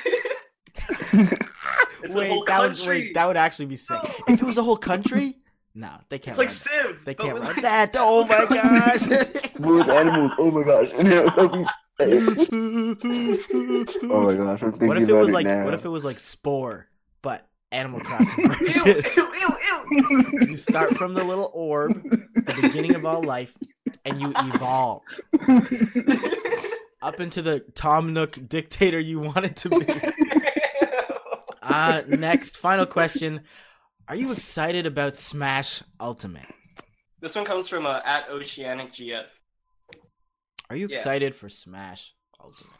It's a
wait,
whole
that would,
country.
wait, that would actually be sick.
No.
If it was a whole country, no, they can't.
it's like
run that.
Civ.
they
but
can't
with,
run
like,
that. Oh my gosh.
But with animals. Oh my gosh. And it was like- oh my gosh. I'm thinking
what if it
about
was
it
like?
now.
What if it was like Spore, but Animal Crossing?
Ew,
version?
ew, ew, ew.
you start from the little orb, the beginning of all life, and you evolve up into the Tom Nook dictator you wanted to be. Uh, next, final question. Are you excited about Smash Ultimate?
This one comes from uh, at Oceanic GF.
Are you
Yeah.
excited for Smash Ultimate?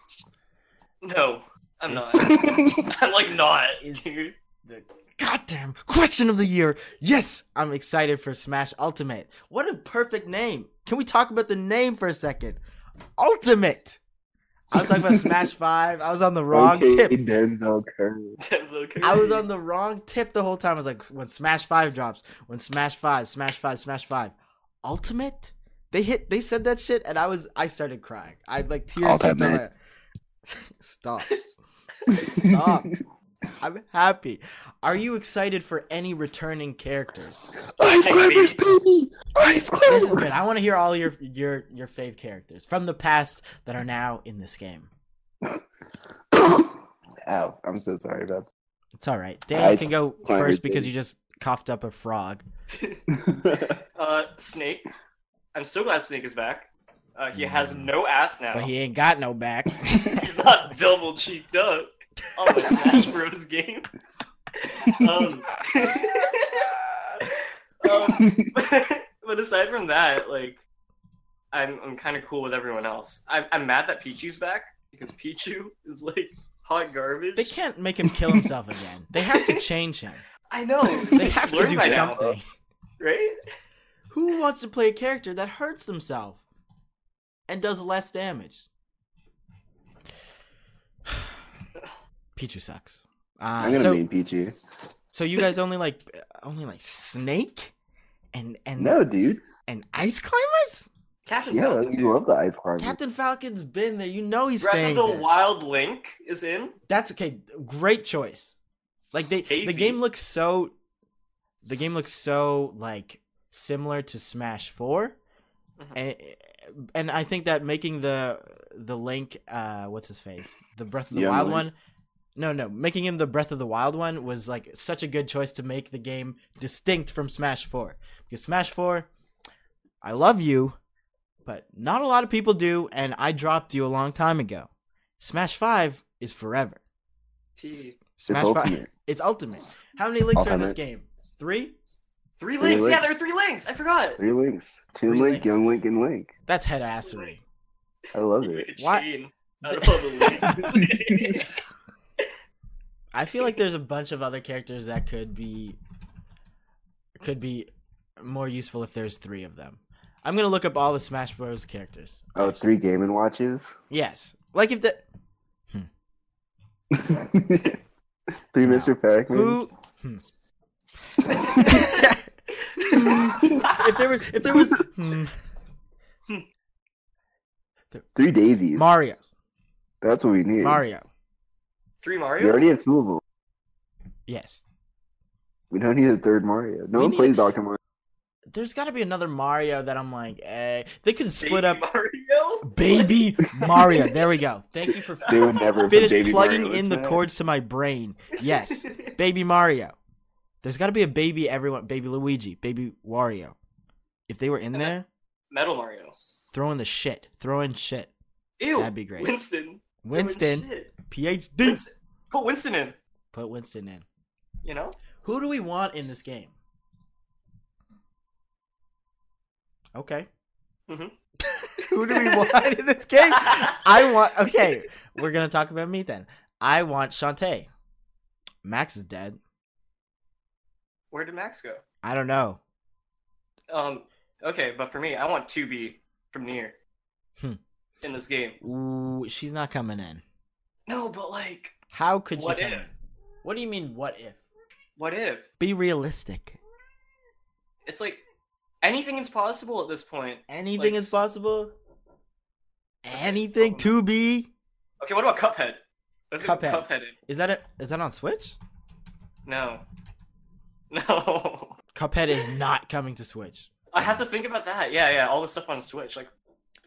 No, I'm
This
not. I'm like not,
Is-
dude.
the goddamn question of the year. Yes, I'm excited for Smash Ultimate. What a perfect name. Can we talk about the name for a second? Ultimate. I was talking about Smash 5. I was on the wrong
okay,
tip.
Denzel Curry.
Denzel Curry.
I was on the wrong tip the whole time. I was like, when Smash 5 drops, when Smash 5, Smash 5, Smash 5. Ultimate? They hit they said that shit and I was I started crying. I like tears kept on
Ultimate.
my- Stop. Stop. I'm happy. Are you excited for any returning characters?
Ice
Climbers,
baby! Ice
This is good. I want to hear all your your your fave characters from the past that are now in this game.
Ow, I'm so sorry about
It's all right. Dan
I-
you can go
I
first because
did.
you just coughed up a frog.
that.
uh, Snake. I'm so glad Snake is back. Uh, he has no ass now.
Mm. But he ain't got no back.
He's not double cheeked up on the Smash Bros. game. Um, um, but aside from that, like, I'm I'm kind of cool with everyone else. I'm I'm mad that Pichu's back because Pichu is like hot garbage.
they can't make him kill himself again. They have to change him.
I know.
They have to
Learn
do
by now,
something.
right?
Who wants to play a character that hurts themselves and does less damage? Pichu sucks. Uh,
I'm gonna
so,
mean Pichu.
so you guys only like uh, only like Snake and and
No, dude.
and Ice Climbers?
Captain
Yeah,
Falcon, dude.
you love the ice climbers.
Captain Falcon's been there. You know he's
Breath
staying
of the
there.
Wild Link is in.
That's okay. Great choice. Like they the
Hazy.
game looks so the game looks so like similar to Smash 4.
Mhm.
And and I think that making the the Link uh what's his face? The Breath of the
Young
Wild
Link.
one. No, no, making him the Breath of the Wild one was like such a good choice to make the game distinct from Smash 4. Because Smash 4 I love you, but not a lot of people do and I dropped you a long time ago. Smash 5 is forever.
T.
Smash
it's ultimate.
Five. It's ultimate. How many links are in this
Ultimate.
game? Three.
Three
Three
links. Yeah,
links.
there are three links. I forgot.
Three links. Two
Three
link,
links.
young link, and link.
That's head assery.
I love
You
it.
make a
Why-
chain out of all the links.
I feel like there's a bunch of other characters that could be could be more useful if there's three of them. I'm gonna look up all the Smash Bros. characters.
Oh, three game and watches?
Yes. Like if the
three
No.
Mr. Pac-Man?
who if there was if there was hmm,
Three daisies.
Mario.
That's what we need.
Mario.
Three
We already
Mario's?
have two of them.
Yes.
We don't need a third Mario. No
We
one
need-
plays Dr. Mario.
There's gotta be another Mario that I'm like, eh. They could split
Baby
up
Mario?
Baby Mario. There we go. Thank you for
They would never put
finish
Baby
plugging
Mario
in the
Smash.
cords to my brain. Yes, Baby Mario. There's got to be a baby everyone, Baby Luigi, Baby Wario. If they were in
And then-
there,
Metal Mario.
throwing the shit, throwing shit.
Ew.
That'd be great.
Winston. Doing
Winston,
shit.
PhD.
Winston. Put Winston in.
Put Winston in.
You know?
Who do we want in this game? Okay.
Mhm.
Who do we want in this game? I want. Okay, we're gonna talk about me then. I want Shantae. Max is dead.
Where did Max go?
I don't know.
Um. Okay, but for me, I want 2B from near
Hmm.
in this game.
Ooh, she's not coming in.
No, but like,
How could
What
she come
if?
in? What do you mean? What if?
what if?
Be realistic.
It's like anything is possible at this point.
Anything
Like,
is possible. Anything to be.
Okay, what about Cuphead? What if they put
Cuphead.
Cuphead in?
Is that it? Is that on Switch?
No. No.
Cuphead is not coming to Switch.
I have to think about that. Yeah, yeah. All the stuff on Switch, like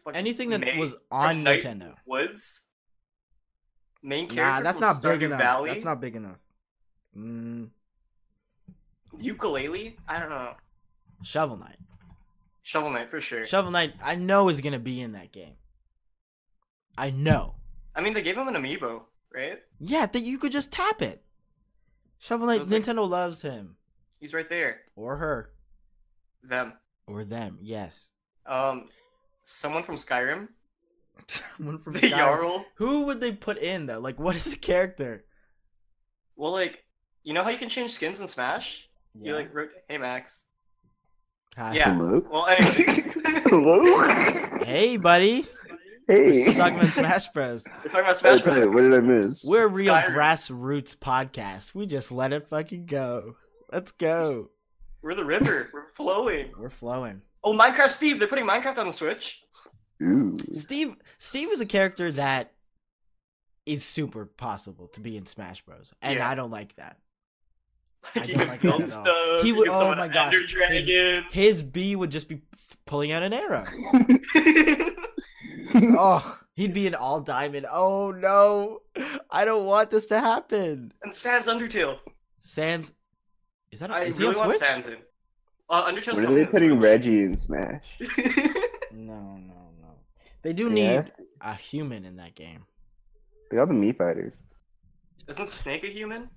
fucking
Anything that
May
was
from
on
Night
Nintendo.
Woods. Main character
Nah, that's
from
not big
Stardew
enough.
Valley.
That's not big enough. Mm,
ukulele. I don't know.
Shovel Knight.
Shovel Knight for sure.
Shovel Knight, I know is gonna be in that game. I know.
I mean, they gave him an amiibo, right?
Yeah, that you could just tap it. Shovel
So
Knight.
it's like-
Nintendo loves him
He's right there.
or her.
Them.
Or them, yes.
Um, someone from Skyrim.
Someone from
The
Skyrim.
Jarl.
Who would they put in though? Like, what is the character?
Well, like, you know how you can change skins in Smash? You like wrote, "Hey Max."
Hi.
Yeah.
Hello?
Well, anyway,
Hello?
Hey, buddy. We're
Hey.
still talking about Smash Bros.
we're talking about
Oh,
Smash Bros.
sorry, what did I miss?
We're a real
Skyrim.
grassroots podcast. We just let it fucking go. Let's go.
We're the river. We're flowing.
We're flowing.
Oh, Minecraft Steve. They're putting Minecraft on the Switch.
Ooh.
Steve Steve is a character that is super possible to be in Smash Bros. And
Yeah.
I don't like that. I
Like, you
don't
can
like that
build
at all.
stuff.
He
you
would-
can
oh
summon
my
an
gosh,
Ender
his-
Dragon.
His B would just be f- pulling out an arrow.
oh,
Oh, he'd be an all diamond. Oh no. I don't want this to happen.
and Sans Undertale.
Sans Is that
I
is
really
he on
want
Switch?
Sans in. Uh, Undertale's
what are
coming
they
to
putting
Switch.
Reggie in Smash?
No, no, no. They do need
Yeah.
a human in that game.
They got the Mii Fighters.
Isn't Snake a human?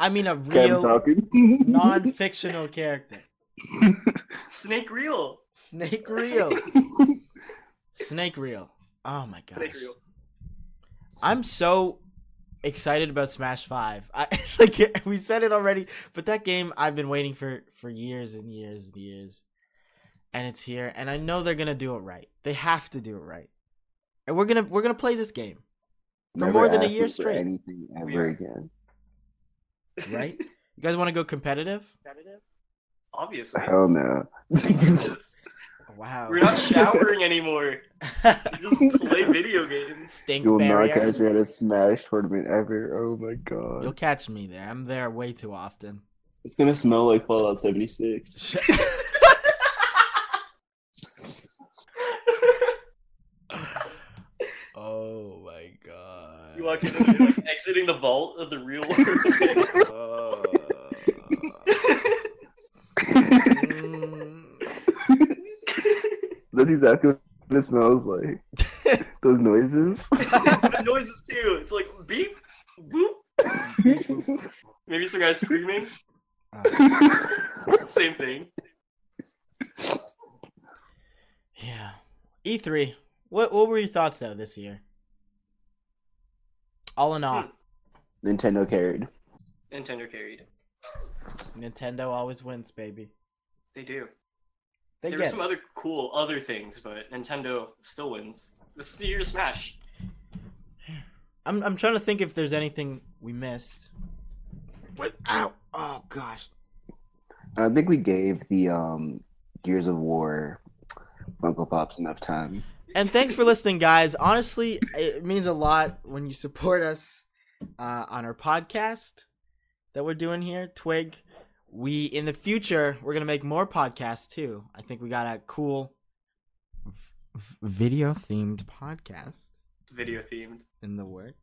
I mean a
Okay, I'm
real
talking.
non fictional character.
Snake real.
Snake real. Snake real. Oh my gosh.
Snake real.
I'm so excited about Smash Five. I like we said it already, but that game I've been waiting for for years and years and years, and it's here. And I know they're gonna do it right. They have to do it right. And we're gonna we're gonna play this game, For
Never
more than a
ask
year
them for
straight.
Anything ever
Yeah.
again.
right? you guys want to go competitive?
Obviously.
Hell no.
Wow.
We're not showering anymore. We just play video games.
Stink
you will not
barrier.
catch me at a Smash tournament ever. Oh my god.
You'll catch me there. I'm there way too often.
It's gonna smell like Fallout 76.
Sh- oh my god.
You walk in and you're like exiting the vault of the real world.
Uh, mm.
That's exactly what it smells like. Those noises.
the noises too. It's like beep, boop. Maybe some guy screaming. Same thing.
Yeah. E3. What what were your thoughts though this year? All in all,
Nintendo carried.
Nintendo carried. Hmm.
Nintendo always wins, baby.
They do.
They
there were
get
some
it.
other cool other things, but Nintendo still wins. This is the year to smash.
I'm I'm trying to think if there's anything we missed. Without oh gosh.
I don't think we gave the um Gears of War Funko Pops enough time.
And thanks for listening, guys. Honestly, it means a lot when you support us uh, on our podcast that we're doing here, Twig. We in the future we're gonna make more podcasts too. I think we got a cool video themed podcast
Video themed.
in the work.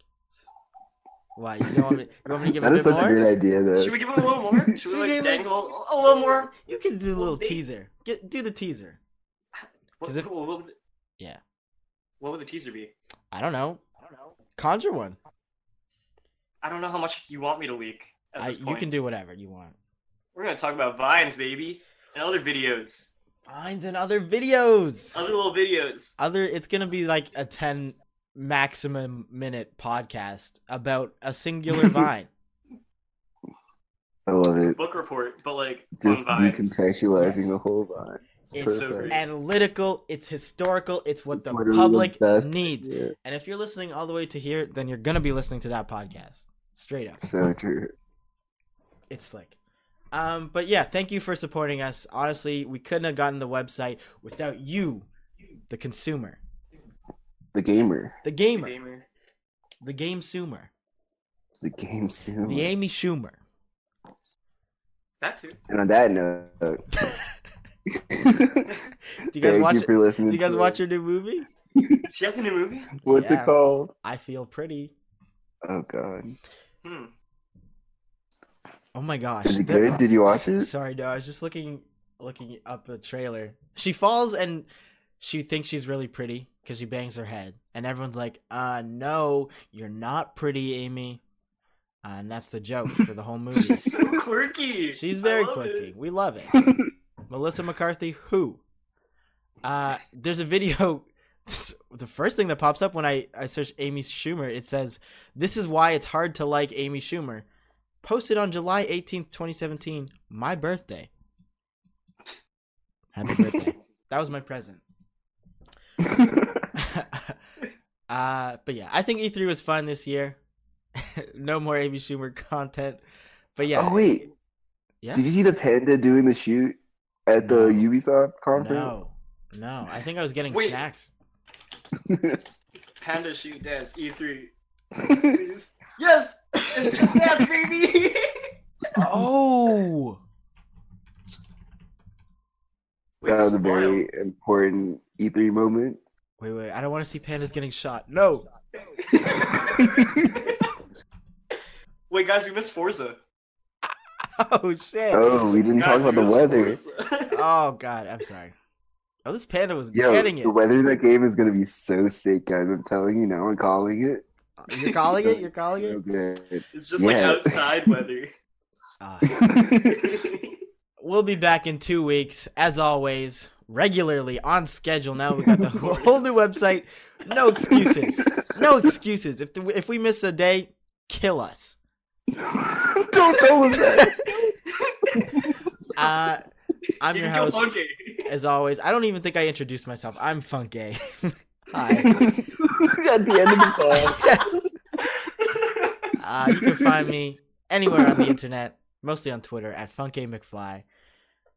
Why you don't want me? You want me to give
That
a
is
bit
such
more?
a great idea, though.
Should we give it a little more? Should,
Should we
we
give
like
it-
dangle a little more?
You can do a little
Well, they-
teaser. Get do the teaser.
What,
'Cause if-
what, would,
Yeah.
What would the teaser be?
I don't know.
I don't know.
Conjure one.
I don't know how much you want me to leak. At
I,
this
you
point.
can do whatever you want.
We're gonna talk about vines, baby, and other videos,
Finds and other videos.
other little videos.
other it's gonna be like a 10 maximum minute podcast about a singular vine
I love it.
Book report, but like
Just
on vines.
decontextualizing
Yes.
the whole vibe.
It's
so
perfect.
analytical it's historical it's what
It's
the
literally the
public
best
needs
Yeah.
and if you're listening all the way to here then you're gonna be listening to that podcast straight up
So true.
it's slick um but yeah thank you for supporting us honestly we couldn't have gotten the website without you the consumer
The gamer.
the
Gamer.
gamer the game sumer
The game soon.
the amy schumer
That too.
and on that note, do
do you guys watch
you
it
for listening.
do you guys
to
watch
it.
your new movie
She has a new movie.
What's
Yeah.
it called?
i feel pretty
Oh god.
Hmm.
Oh my gosh.
Is it
There-
good? Did you watch it?
Sorry, no, I was just looking looking up a trailer. She falls and she thinks she's really pretty because she bangs her head. And everyone's like, uh no, you're not pretty, Amy. Uh, and that's the joke for the whole movie.
She's so quirky.
She's
I
very
love
quirky.
it.
We love it. Melissa McCarthy, who? Uh, there's a video. This, the first thing that pops up when I, I search Amy Schumer, it says, This is why it's hard to like Amy Schumer. Posted on July 18th, 2017, my birthday. Happy birthday. that was my present. uh, but yeah, I think E3 was fun this year. no more Amy Schumer content. But yeah.
Oh wait,
Yeah.
did you see the panda doing the shoot at the
No.
Ubisoft conference?
No, no. I think I was getting
Wait.
snacks.
Panda shoot dance E3. Please. yes, it's just dance, baby.
Oh,
Wait,
that
this
was a
is
very important E3 moment.
wait, wait. I don't want to see pandas getting shot. No.
wild. Wait, guys, we missed Forza.
Oh shit. Oh,
Oh, we didn't talk
Guys, we
about the
missed
weather.
Forza.
god. I'm sorry. Oh, this panda was
Yo,
getting it.
the weather in that game is gonna be so sick, guys. I'm telling you now. I'm calling it.
You're calling it. You're calling it.
Okay.
it's just like
Yeah.
outside weather.
Uh,
Wait,
we'll be back in two weeks, as always, regularly on schedule. Now we got the whole new website. No excuses. No excuses. If the, if we miss a day, kill us.
Don't tell him that.
Uh, I'm
You
your
can go
host.
monkey.
as always, I don't even think I introduced myself. I'm Funk Gay. Hi.
At the end of the call.
Uh, you can find me anywhere on the internet, mostly on Twitter at Funk Gay McFly.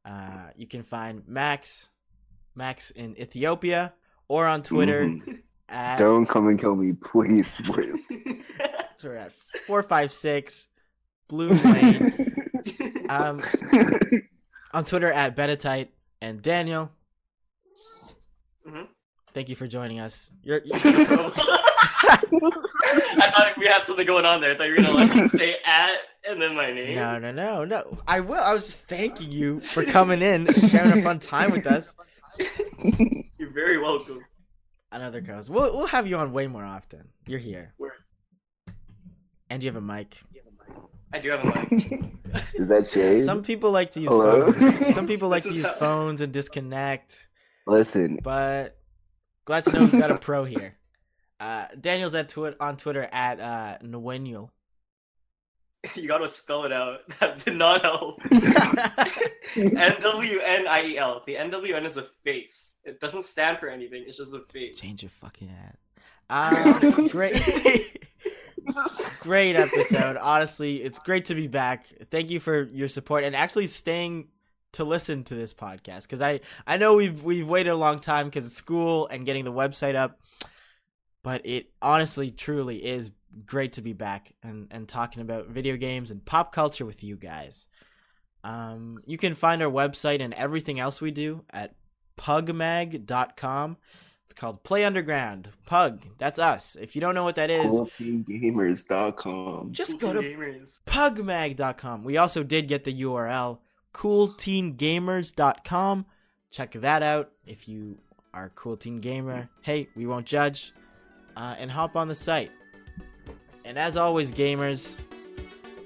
Uh, you can find Max, Max in Ethiopia, or on Twitter
Mhm.
at
Don't come and kill me, please, please.
Twitter at four five six Bloom Lane. Um, on Twitter at Betatite and Daniel. Mm-hmm.
Mhm.
Thank you for joining us. You're,
I thought we had something going on there. I thought you were gonna like say at and then my name.
No, no, no, no. I will. I was just thanking you for coming in, sharing a fun time with us.
You're very welcome.
Another goes. We'll we'll have you on way more often. You're here.
Word.
And you have a mic.
I do have a mic.
Is that Jay?
Some people like to use
Hello?
phones. Some people like
This
to
is
use
how-
phones and disconnect.
Listen,
But glad to know we've got a pro here. Uh, Daniel's at twi- on Twitter at uh, Nwenuel.
You gotta spell it out. That did not help. N W N I E L. The N W N is a face. It doesn't stand for anything. It's just a face.
Change your fucking ad. Um, great. great episode. Honestly, it's great to be back. Thank you for your support and actually staying to listen to this podcast because I I know we've we've waited a long time because of school and getting the website up, but it honestly truly is great to be back and and talking about video games and pop culture with you guys. Um, you can find our website and everything else we do at pugmag.com. It's called Play Underground. Pug, that's us. If you don't know what that is,
coolteamgamers.com.
just go to
Gamers.
pugmag.com. We also did get the URL coolteengamers.com. Check that out if you are a cool teen gamer. Hey, we won't judge. Uh, and hop on the site. And as always, gamers,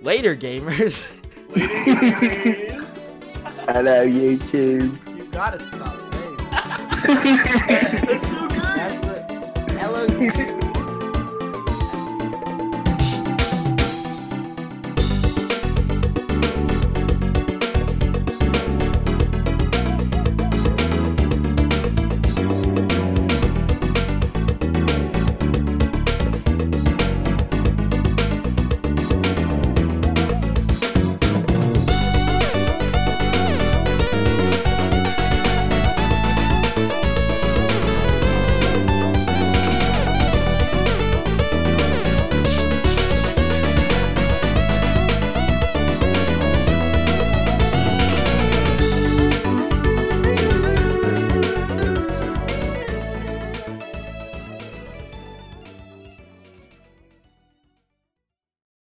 later, gamers.
Gamers.
I love YouTube.
you gotta stop saying that.
That's so good.
That's the hello, YouTube.